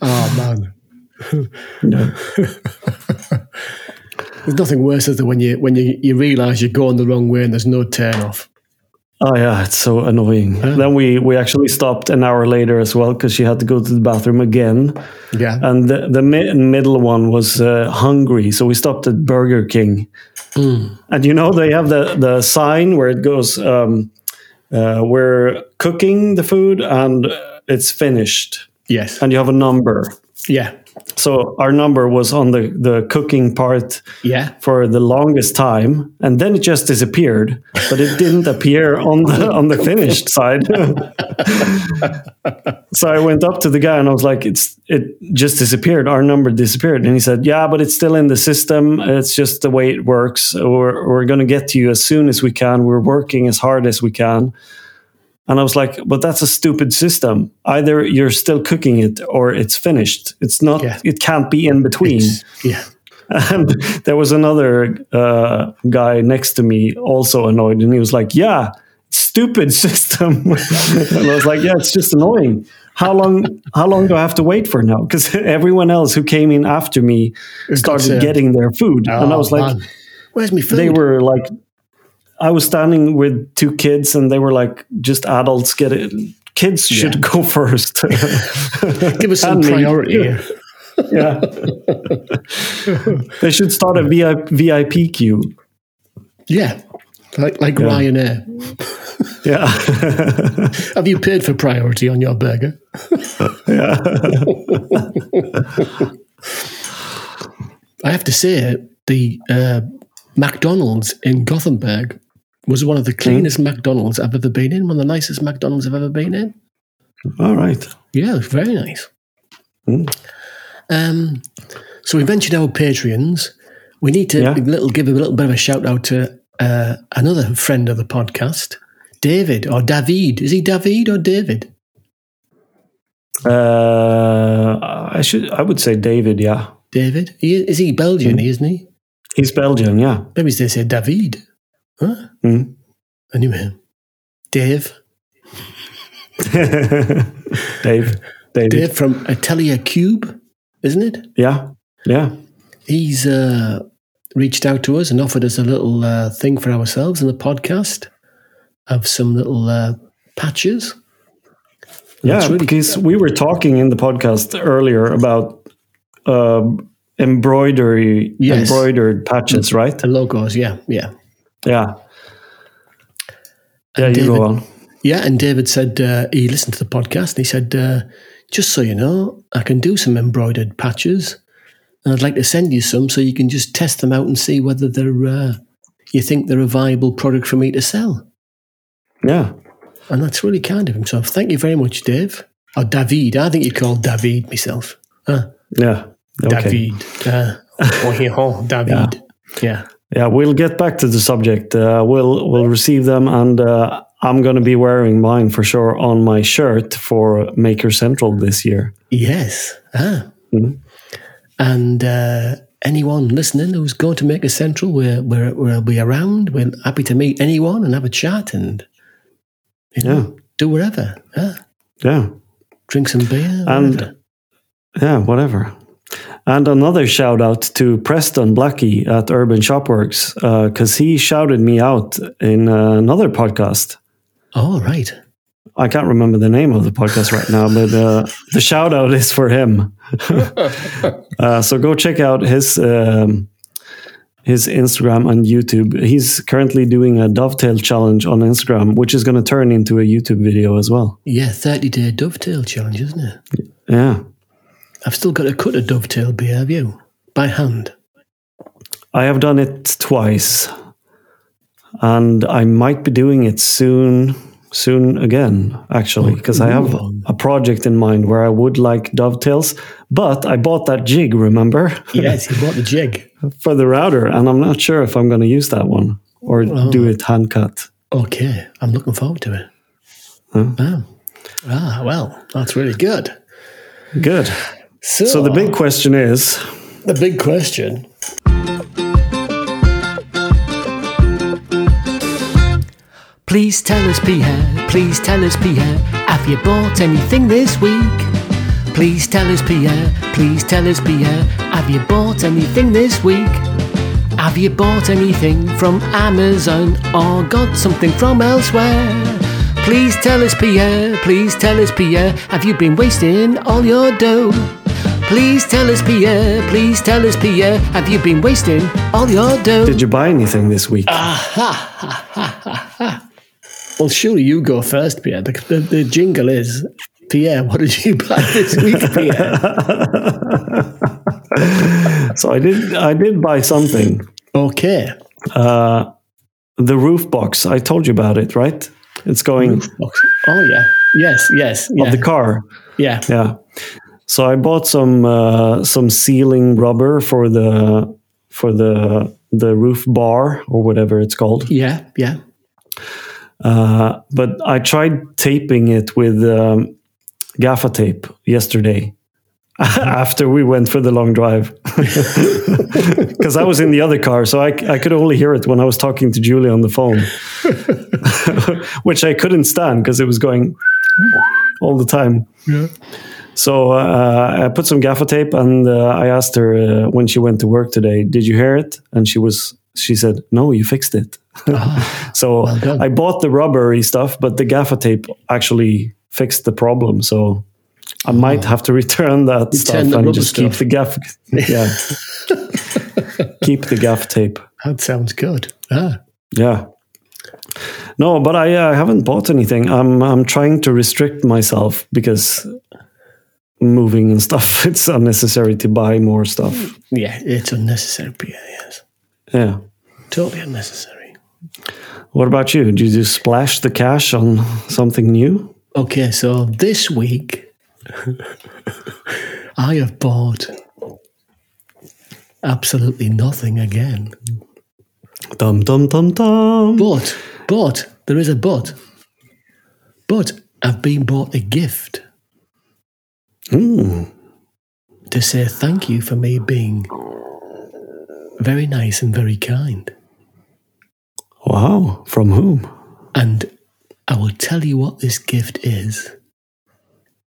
S2: Oh, man.
S1: No.
S2: There's nothing worse is than when you when you, you realise you're going the wrong way and there's no turn off.
S1: Oh yeah, it's so annoying. Then we we actually stopped an hour later as well because she had to go to the bathroom again,
S2: Yeah.
S1: and the, the mi- middle one was uh, hungry, so we stopped at Burger King. And you know they have the the sign where it goes, um, uh, "We're cooking the food and it's finished,"
S2: yes.
S1: and you have a number.
S2: yeah.
S1: so our number was on the the cooking part
S2: Yeah.
S1: for the longest time and then it just disappeared but it didn't appear on the on the finished side so i went up to the guy and i was like it's it just disappeared our number disappeared and he said yeah but it's still in the system it's just the way it works we're, we're going to get to you as soon as we can we're working as hard as we can and i was like but that's a stupid system either you're still cooking it or it's finished it's not
S2: Yeah.
S1: it can't be in between
S2: Yeah.
S1: and there was another uh, guy next to me also annoyed, and he was like, "Yeah, stupid system." and I was like, "Yeah, it's just annoying. How long? How long do I have to wait for now?" Because everyone else who came in after me started
S2: served.
S1: getting their food, and I
S2: Oh,
S1: was like,
S2: man. where's my food?
S1: "They were like." I was standing with two kids, and they were like, "Just adults get it. Kids should go first.
S2: Give us some
S1: and me.
S2: priority. here.
S1: yeah, they should start a VIP, VIP queue.
S2: Yeah. Like, like Ryanair.
S1: Yeah."
S2: Have you paid for priority on your burger? I have to say, the uh, McDonald's in Gothenburg was one of the cleanest McDonald's I've ever been in, one of the nicest McDonald's I've ever been in.
S1: All right.
S2: Yeah, it was very nice.
S1: Mm.
S2: Um, so we mentioned our Patreons. We need to
S1: Yeah.
S2: a little give a little bit of a shout out to uh, another friend of the podcast, David or David. Is he David or David?
S1: Uh, I should. I would say David. Yeah,
S2: David? He, is he
S1: Hmm.
S2: Belgian, isn't he?
S1: he's Belgian. Yeah.
S2: Maybe they say David. Huh?
S1: Mm.
S2: Anyway, Dave.
S1: Dave. David.
S2: Dave from Atelier Cube, isn't it?
S1: Yeah. Yeah.
S2: He's uh, reached out to us and offered us a little uh, thing for ourselves in the podcast of some little uh, patches.
S1: Yeah.
S2: really-
S1: because we were talking in the podcast earlier about um embroidery,
S2: Yes. Mm.
S1: embroidered patches, right?
S2: The logos, yeah, yeah.
S1: Yeah. Yeah. You
S2: David-
S1: go on.
S2: Yeah, and David said uh, he listened to the podcast and he said, uh, just so you know, I can do some embroidered patches and I'd like to send you some so you can just test them out and see whether they're, uh, you think they're a viable product for me to sell.
S1: Yeah.
S2: And that's really kind of him. So thank you very much, Dave. Or David. I think you called David myself. Huh?
S1: Yeah. Okay.
S2: David. Uh, oh, he- oh, David. Yeah.
S1: Yeah, we'll get back to the subject. Uh, we'll we'll receive them, and uh, I'm going to be wearing mine for sure on my shirt for Maker Central this year.
S2: Yes. Ah.
S1: Mhm.
S2: And uh, anyone listening who's going to make a central, we're, we're, we'll be around. We're happy to meet anyone and have a chat and you know, do whatever. Ah,
S1: Yeah,
S2: Drink some beer.
S1: And yeah, whatever. And another shout out to Preston Blackie at Urban Shopworks because he shouted me out in uh, another podcast.
S2: All right.
S1: I can't remember the name of the podcast right now, but uh, the shout out is for him. uh, so go check out his um, his Instagram and YouTube. He's currently doing a dovetail challenge on Instagram, which is going to turn into a YouTube video as well.
S2: Yeah, 30 day dovetail challenge, isn't it?
S1: Yeah,
S2: I've still got to cut a dovetail beer, have you? By hand.
S1: I have done it twice, and I might be doing it soon. Soon again, actually, because I have a project in mind where I would like dovetails, but I bought that jig, remember?
S2: Yes, you bought the jig.
S1: for the router, and I'm not sure if I'm going to use that one or do it hand cut.
S2: Okay, I'm looking forward to it.
S1: Hmm.
S2: Wow. Ah, well, that's really good.
S1: Good.
S2: So,
S1: So the big question is,
S2: the big question.
S4: Please tell us, Pierre. Please tell us, Pierre. Have you bought anything this week? Please tell us, Pierre. Please tell us, Pierre. Have you bought anything this week? Have you bought anything from Amazon or got something from elsewhere? Please tell us, Pierre. Please tell us, Pierre. Have you been wasting all your dough? Please tell us, Pierre. Please tell us, Pierre. Have you been wasting all your dough?
S1: did you buy anything this week?
S2: Well, surely you go first, Pierre. The, the, the jingle is Pierre, what did you buy this week, Pierre?
S1: so I did. I did buy something.
S2: okay.
S1: The roof box. I told you about it, right? It's going
S2: Oh, yeah. Yes, yes. Yeah.
S1: of the car.
S2: yeah.
S1: Yeah. So I bought some uh, some sealing rubber for the for the the roof bar or whatever it's called.
S2: Yeah. Yeah.
S1: Uh, but I tried taping it with um, gaffer tape yesterday after we went for the long drive because I was in the other car, so I, I could only hear it when I was talking to Julie on the phone, which I couldn't stand because it was going all the time.
S2: Yeah.
S1: So uh, I put some gaffer tape and uh, I asked her uh, when she went to work today, did you hear it? And she was she said, "No, you fixed it." so
S2: Ah, done.
S1: I bought the rubbery stuff, but the gaffer tape actually fixed the problem. So I might have to return that
S2: Ah. Return
S1: stuff
S2: the
S1: and
S2: rubber
S1: just keep the
S2: stuff.
S1: gaff. yeah, keep the gaff tape.
S2: That sounds good. Ah.
S1: Yeah. No, but I uh, haven't bought anything. I'm I'm trying to restrict myself because moving and stuff it's unnecessary to buy more stuff.
S2: Yeah, it's unnecessary, Pierre. Yes.
S1: Yeah.
S2: Totally unnecessary.
S1: What about you? Did you splash the cash on something new?
S2: Okay, so this week I have bought absolutely nothing again.
S1: Dum dum dum dum.
S2: But, but, there is a but. But I've been bought a gift
S1: Mm.
S2: to say thank you for me being very nice and very kind.
S1: Wow. From whom?
S2: And I will tell you what this gift is.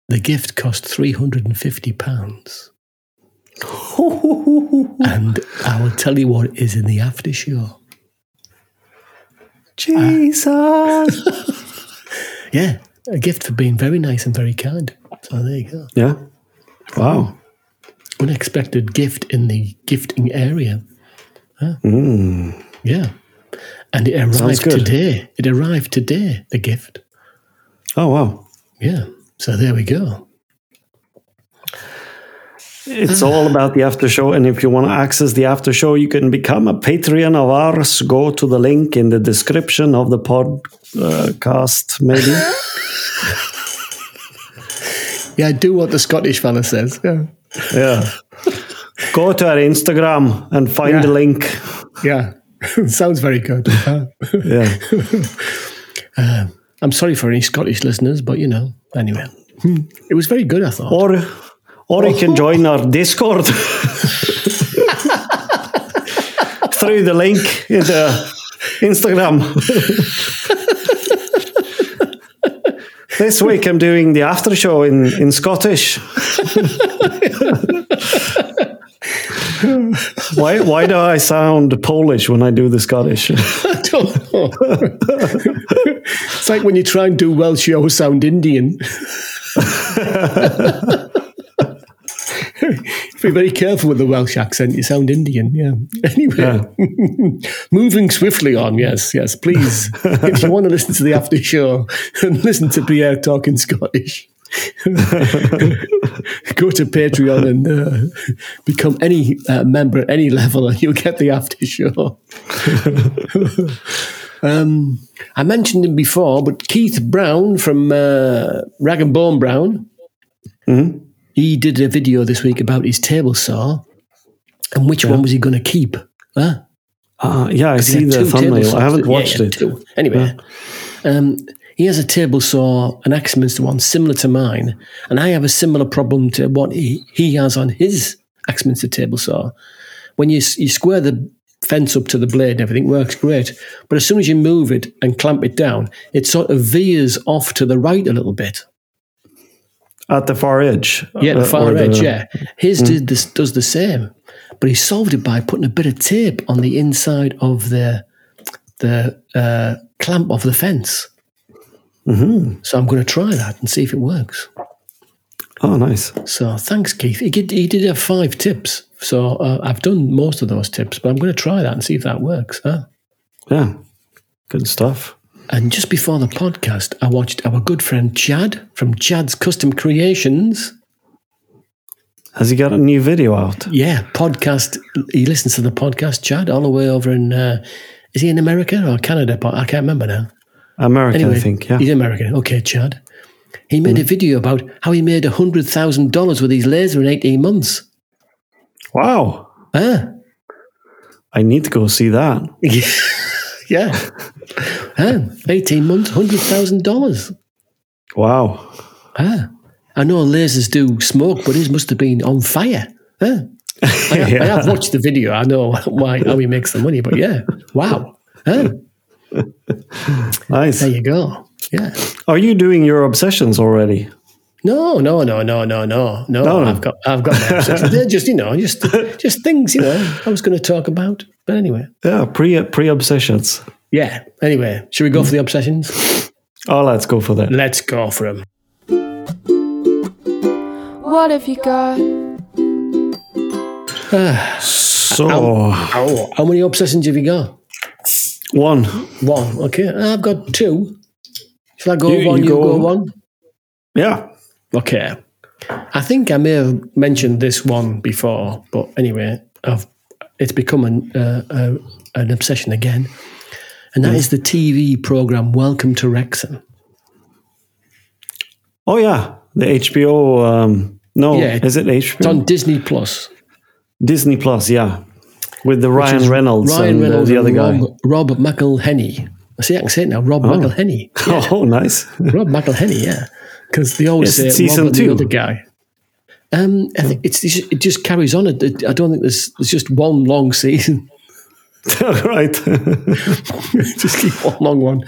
S2: The gift cost £350. And I will tell you what it is in the after show.
S1: Jesus.
S2: Yeah, a gift for being very nice and very kind. So there you go.
S1: yeah. Wow.
S2: Unexpected gift in the gifting area.
S1: Mm.
S2: Yeah. And it
S1: Sounds
S2: arrived
S1: good.
S2: today. It arrived today, the gift.
S1: Oh wow.
S2: Yeah. So there we go.
S1: It's all about the after show. And if you want to access the after show, you can become a Patreon of ours. Go to the link in the description of the podcast, maybe.
S2: Yeah, do what the Scottish fella says. Yeah.
S1: yeah. Go to our Instagram and find the
S2: Yeah.
S1: link.
S2: Yeah. Sounds very good.
S1: Yeah.
S2: I'm sorry for any Scottish listeners, but you know, anyway. Hmm. It was very good, I thought.
S1: Or, or you
S2: Oh.
S1: can join our Discord through the link in the Instagram. This week I'm doing the after show in, in Scottish. why why do I sound Polish when I do the Scottish?
S2: I don't know. Oh, it's like when you try and do Welsh, you always sound Indian. Be very careful with the Welsh accent. You sound Indian, yeah. Anyway,
S1: Uh,
S2: moving swiftly on. Yes, yes. Please, if you want to listen to the after show and listen to Pierre talking Scottish, go to Patreon and uh, become any uh, member at any level, and you'll get the after show. Um, I mentioned him before, but Keith Brown from uh, Rag and Bone Brown, he did a video this week about his table saw and which one was he going to keep? Huh?
S1: Uh, yeah, I see
S2: He had
S1: the
S2: two table
S1: thumbnail.
S2: saws.
S1: I haven't
S2: Yeah,
S1: watched
S2: yeah,
S1: it.
S2: two. Anyway, um, he has a table saw, an Axminster one, similar to mine, and I have a similar problem to what he, he has on his Axminster table saw. When you s- you square the fence up to the blade and everything works great, but as soon as you move it and clamp it down, it sort of veers off to the right a little bit.
S1: At the far edge.
S2: Yeah, the
S1: Uh,
S2: far
S1: or the- Mm.
S2: edge. Yeah, his did this does the same, but he solved it by putting a bit of tape on the inside of the the uh, clamp of the fence. Mm-hmm. So I'm going to try that and see if it works.
S1: Oh, nice.
S2: So thanks, Keith. He did, he did have five tips, so uh, I've done most of those tips, but I'm going to try that and see if that works. Huh?
S1: Yeah, good stuff.
S2: And just before the podcast, I watched our good friend Chad from Chad's Custom Creations.
S1: Has he got a new video out?
S2: Yeah, podcast. He listens to the podcast, Chad, all the way over in. Uh, is he in America or Canada? But I can't remember now.
S1: America,
S2: Anyway,
S1: I think. Yeah. Mm.
S2: he's American. Okay, Chad. He made a video about how he made hundred thousand dollars with his laser in eighteen months.
S1: Wow.
S2: Huh?
S1: I need to go see that.
S2: Yeah. huh? Eighteen months, hundred thousand dollars.
S1: Wow.
S2: Huh? I know lasers do smoke, but his must have been on fire. Huh?
S1: Oh,
S2: I, have, I have watched the video. I know why how he makes the money, but yeah, wow. Huh?
S1: Nice.
S2: There you go. Yeah.
S1: Are you doing your obsessions already?
S2: No, no, no, no, no, no, no.
S1: No.
S2: I've got, I've got. My obsessions. They're just, you know, just, just things, you know. I was going to talk about, but anyway.
S1: Yeah, pre pre obsessions.
S2: Yeah. Anyway, should we go for the obsessions?
S1: Oh, let's go for that.
S2: Let's go for them.
S5: What have you got?
S1: So
S2: Oh, Ah. how many obsessions have you got?
S1: one.
S2: One. Okay, I've got two. Shall I go
S1: You-
S2: one?
S1: you
S2: You go,
S1: go-
S2: one.
S1: Yeah.
S2: Okay. I think I may have mentioned this one before, but anyway, I've, it's become an, uh, uh, an obsession again. And that is the TV program Welcome to Wrexham.
S1: Oh yeah. The HBO um no,
S2: Yeah,
S1: is it
S2: It's
S1: HBO?
S2: on Disney Plus.
S1: Disney Plus, yeah. With the Ryan Reynolds and uh, the other
S2: and
S1: guy.
S2: Rob, Rob McElhenney. I see, I can say it now. Rob McElhenney.
S1: Oh, nice.
S2: Rob McElhenney, yeah. Because they always
S1: Yes,
S2: say
S1: it's season
S2: Rob and the
S1: two.
S2: other guy. Um, I think it's, it just carries on. It- it- I don't think there's, there's just one long season.
S1: right.
S2: just keep one long one.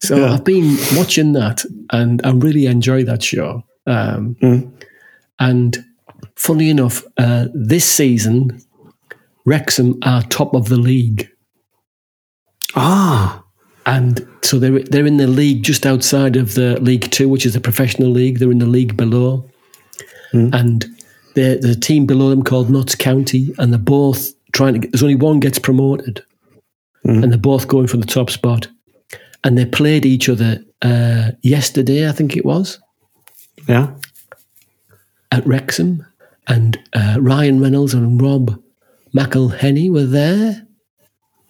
S2: So I've been watching that, and I really enjoy that show. Um,
S1: Hmm.
S2: And funnily enough, uh, this season, Wrexham are top of the league,
S1: ah.
S2: and so they're they're in the league just outside of the League Two, which is the professional league. They're in the league below, and they're- there's a team below them called Notts County, and they're both trying to. Get, there's only one gets promoted, and they're both going for the top spot. And they played each other uh, yesterday, I think it was,
S1: Yeah.
S2: at Wrexham, and uh, Ryan Reynolds and Rob McElhenney were there,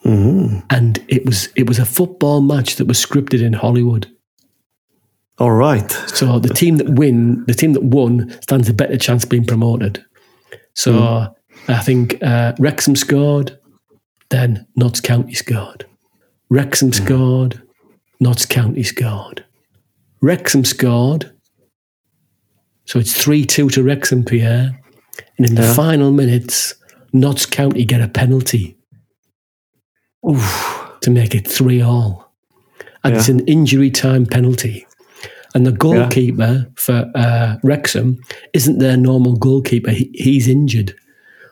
S2: and it was it was a football match that was scripted in Hollywood.
S1: All right.
S2: So the team that win, the team that won, stands a better chance of being promoted. So I think uh, Wrexham scored, then Notts County scored. Wrexham scored, Notts County scored. Wrexham scored. So it's 3 2 to Wrexham, Pierre. And in the final minutes, Notts County get a penalty to make it 3 all. And it's
S1: Yeah.
S2: an injury time penalty. And the goalkeeper for uh, Wrexham isn't their normal goalkeeper. He, he's injured.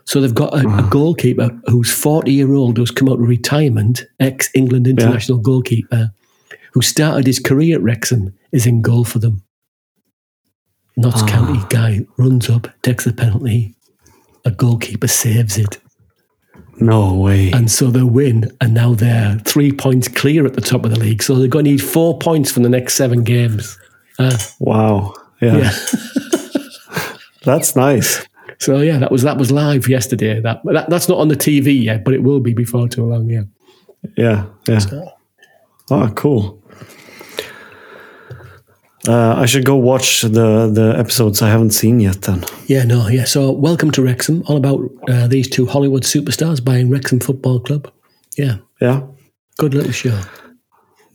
S2: So they've got a, a goalkeeper who's 40 year old who's come out of retirement, ex England international goalkeeper, who started his career at Wrexham, is in goal for them. Notts County guy runs up, takes the penalty, a goalkeeper saves it.
S1: No way.
S2: And so they win, and now they're three points clear at the top of the league. So they're going to need four points from the next seven games.
S1: Wow. Yeah.
S2: Yeah.
S1: That's nice.
S2: So yeah, that was that was live yesterday. That, that that's not on the TV yet, but it will be before too long. Yeah.
S1: Yeah. Yeah. Oh, cool. Uh, I should go watch the the episodes I haven't seen yet. Then.
S2: Yeah. No. Yeah. So welcome to Wrexham. All about uh, these two Hollywood superstars buying Wrexham Football Club. Yeah.
S1: Yeah.
S2: Good little show.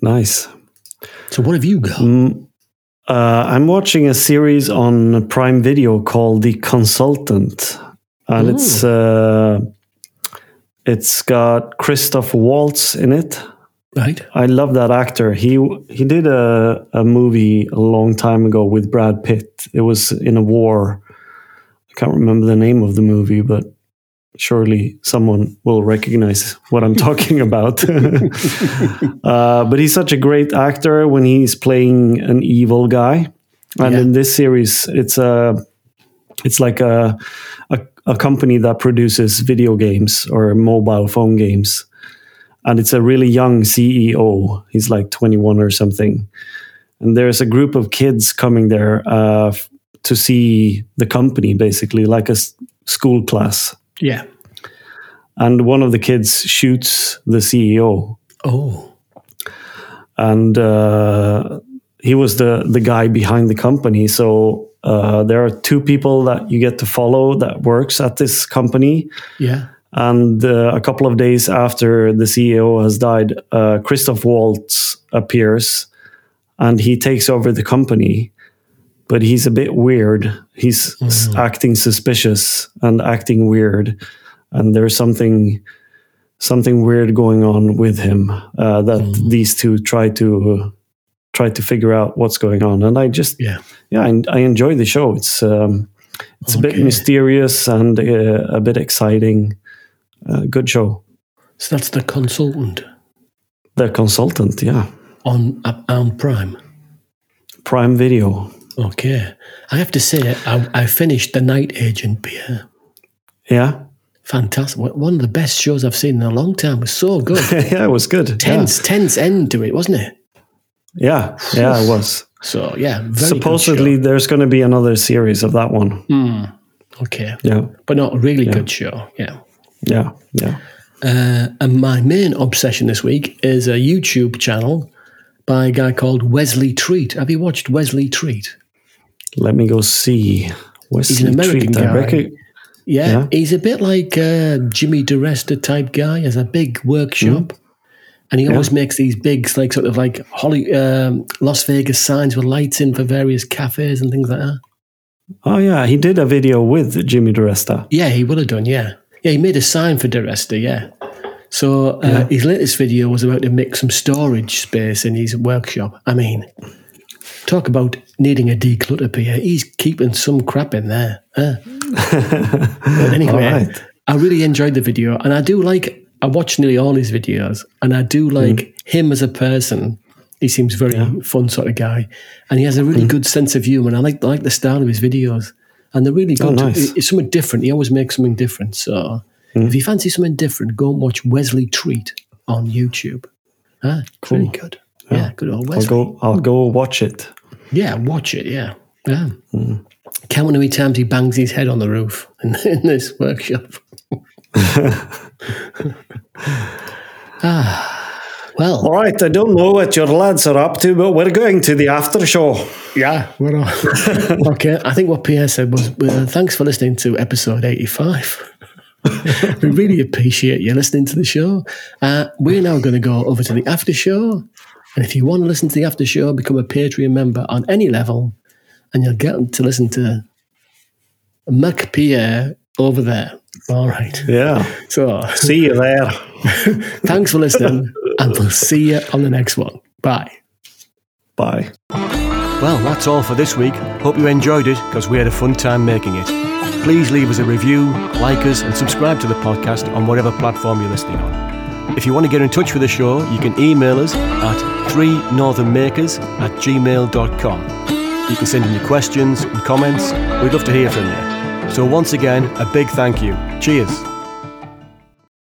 S1: Nice.
S2: So what have you got?
S1: Uh, I'm watching a series on Prime Video called The Consultant, and it's uh, it's got Christoph Waltz in it.
S2: Right.
S1: I love that actor. He he did a a movie a long time ago with Brad Pitt. It was in a war. I can't remember the name of the movie, but surely someone will recognize what I'm talking about. uh, but he's such a great actor when he's playing an evil guy, and
S2: Yeah.
S1: in this series, it's a it's like a, a a company that produces video games or mobile phone games and it's a really young CEO. He's like 21 or something. And there's a group of kids coming there uh, f- to see the company, basically, like a s- school class.
S2: Yeah.
S1: And one of the kids shoots the CEO.
S2: Oh.
S1: And uh, he was the, the guy behind the company. So uh, there are two people that you get to follow that works at this company.
S2: Yeah.
S1: And uh, a couple of days after the CEO has died, uh, Christoph Waltz appears and he takes over the company. But he's a bit weird. He's s- acting suspicious and acting weird. And there's something something weird going on with him uh, that these two try to try to figure out what's going on. And I just
S2: Yeah.
S1: yeah, I, I enjoy the show. It's um, it's a bit
S2: Okay.
S1: mysterious and uh, a bit exciting. Uh, good show.
S2: So that's the consultant
S1: The consultant, yeah,
S2: on uh, on Prime.
S1: Prime Video.
S2: Okay. I have to say, I, I finished The Night Agent, Pierre.
S1: Yeah,
S2: Fantastic. One one of the best shows I've seen in a long time. It was so good.
S1: yeah, it was good.
S2: tense, tense end to it, wasn't it?
S1: Yeah, yeah, yeah it was.
S2: So, yeah. Very good
S1: Supposedly,
S2: show.
S1: there's going to be another series of that one.
S2: Okay.
S1: Yeah,
S2: But not a really good show. Yeah.
S1: yeah, yeah.
S2: Uh, and my main obsession this week is a YouTube channel by a guy called Wesley Treat. Have you watched Wesley Treat?
S1: Let me go see. Wesley
S2: American
S1: Treat, I
S2: guy.
S1: reckon-
S2: Yeah,
S1: Yeah.
S2: he's a bit like uh, Jimmy DeResta type guy. Has a big workshop, and he always makes these big, like sort of like Holly, um, Las Vegas signs with lights in for various cafes and things like that.
S1: Oh yeah, he did a video with Jimmy Duresta.
S2: Yeah, he would have done. Yeah, yeah, he made a sign for DeResta. Yeah. So uh, his latest video was about to make some storage space in his workshop. I mean, talk about needing a declutter pier. He's keeping some crap in there. Huh? but anyway,
S1: Alright.
S2: I really enjoyed the video, and I do like. I watch nearly all his videos, and I do
S1: Hmm.
S2: like him as a person. He seems very fun sort of guy, and he has a really
S1: Hmm.
S2: good sense of humor. And I like I like the style of his videos, and they're really good.
S1: Oh, nice. Hmm.
S2: It's something different. He always makes something different. So if you fancy something different, go and watch Wesley Treat on YouTube. Ah, cool. Really good. Yeah, good old
S1: I'll
S2: Wesley.
S1: go. I'll go watch it.
S2: Yeah, watch it. Yeah, yeah. Count how many times he bangs his head on the roof in, in this workshop. ah, well,
S1: All right, I don't know what your lads are up to, but we're going to the after show.
S2: yeah, we're on. okay, I think what Pierre said was, uh, thanks for listening to episode 85. we really appreciate you listening to the show. Uh, we're now going to go over to the after show. And if you want to listen to the after show, become a Patreon member on any level, and you'll get to listen to Mac Pierre over there. All right.
S1: Yeah.
S2: So
S1: See you there.
S2: thanks for listening, and we'll see you on the next one. Bye.
S1: Bye.
S3: Well, that's all for this week. Hope you enjoyed it because we had a fun time making it. Please leave us a review, like us, and subscribe to the podcast on whatever platform you're listening on. If you want to get in touch with the show, you can email us at 3northernmakers at gmail.com. You can send in your questions and comments. We'd love to hear from you. So, once again, a big thank you. Cheers.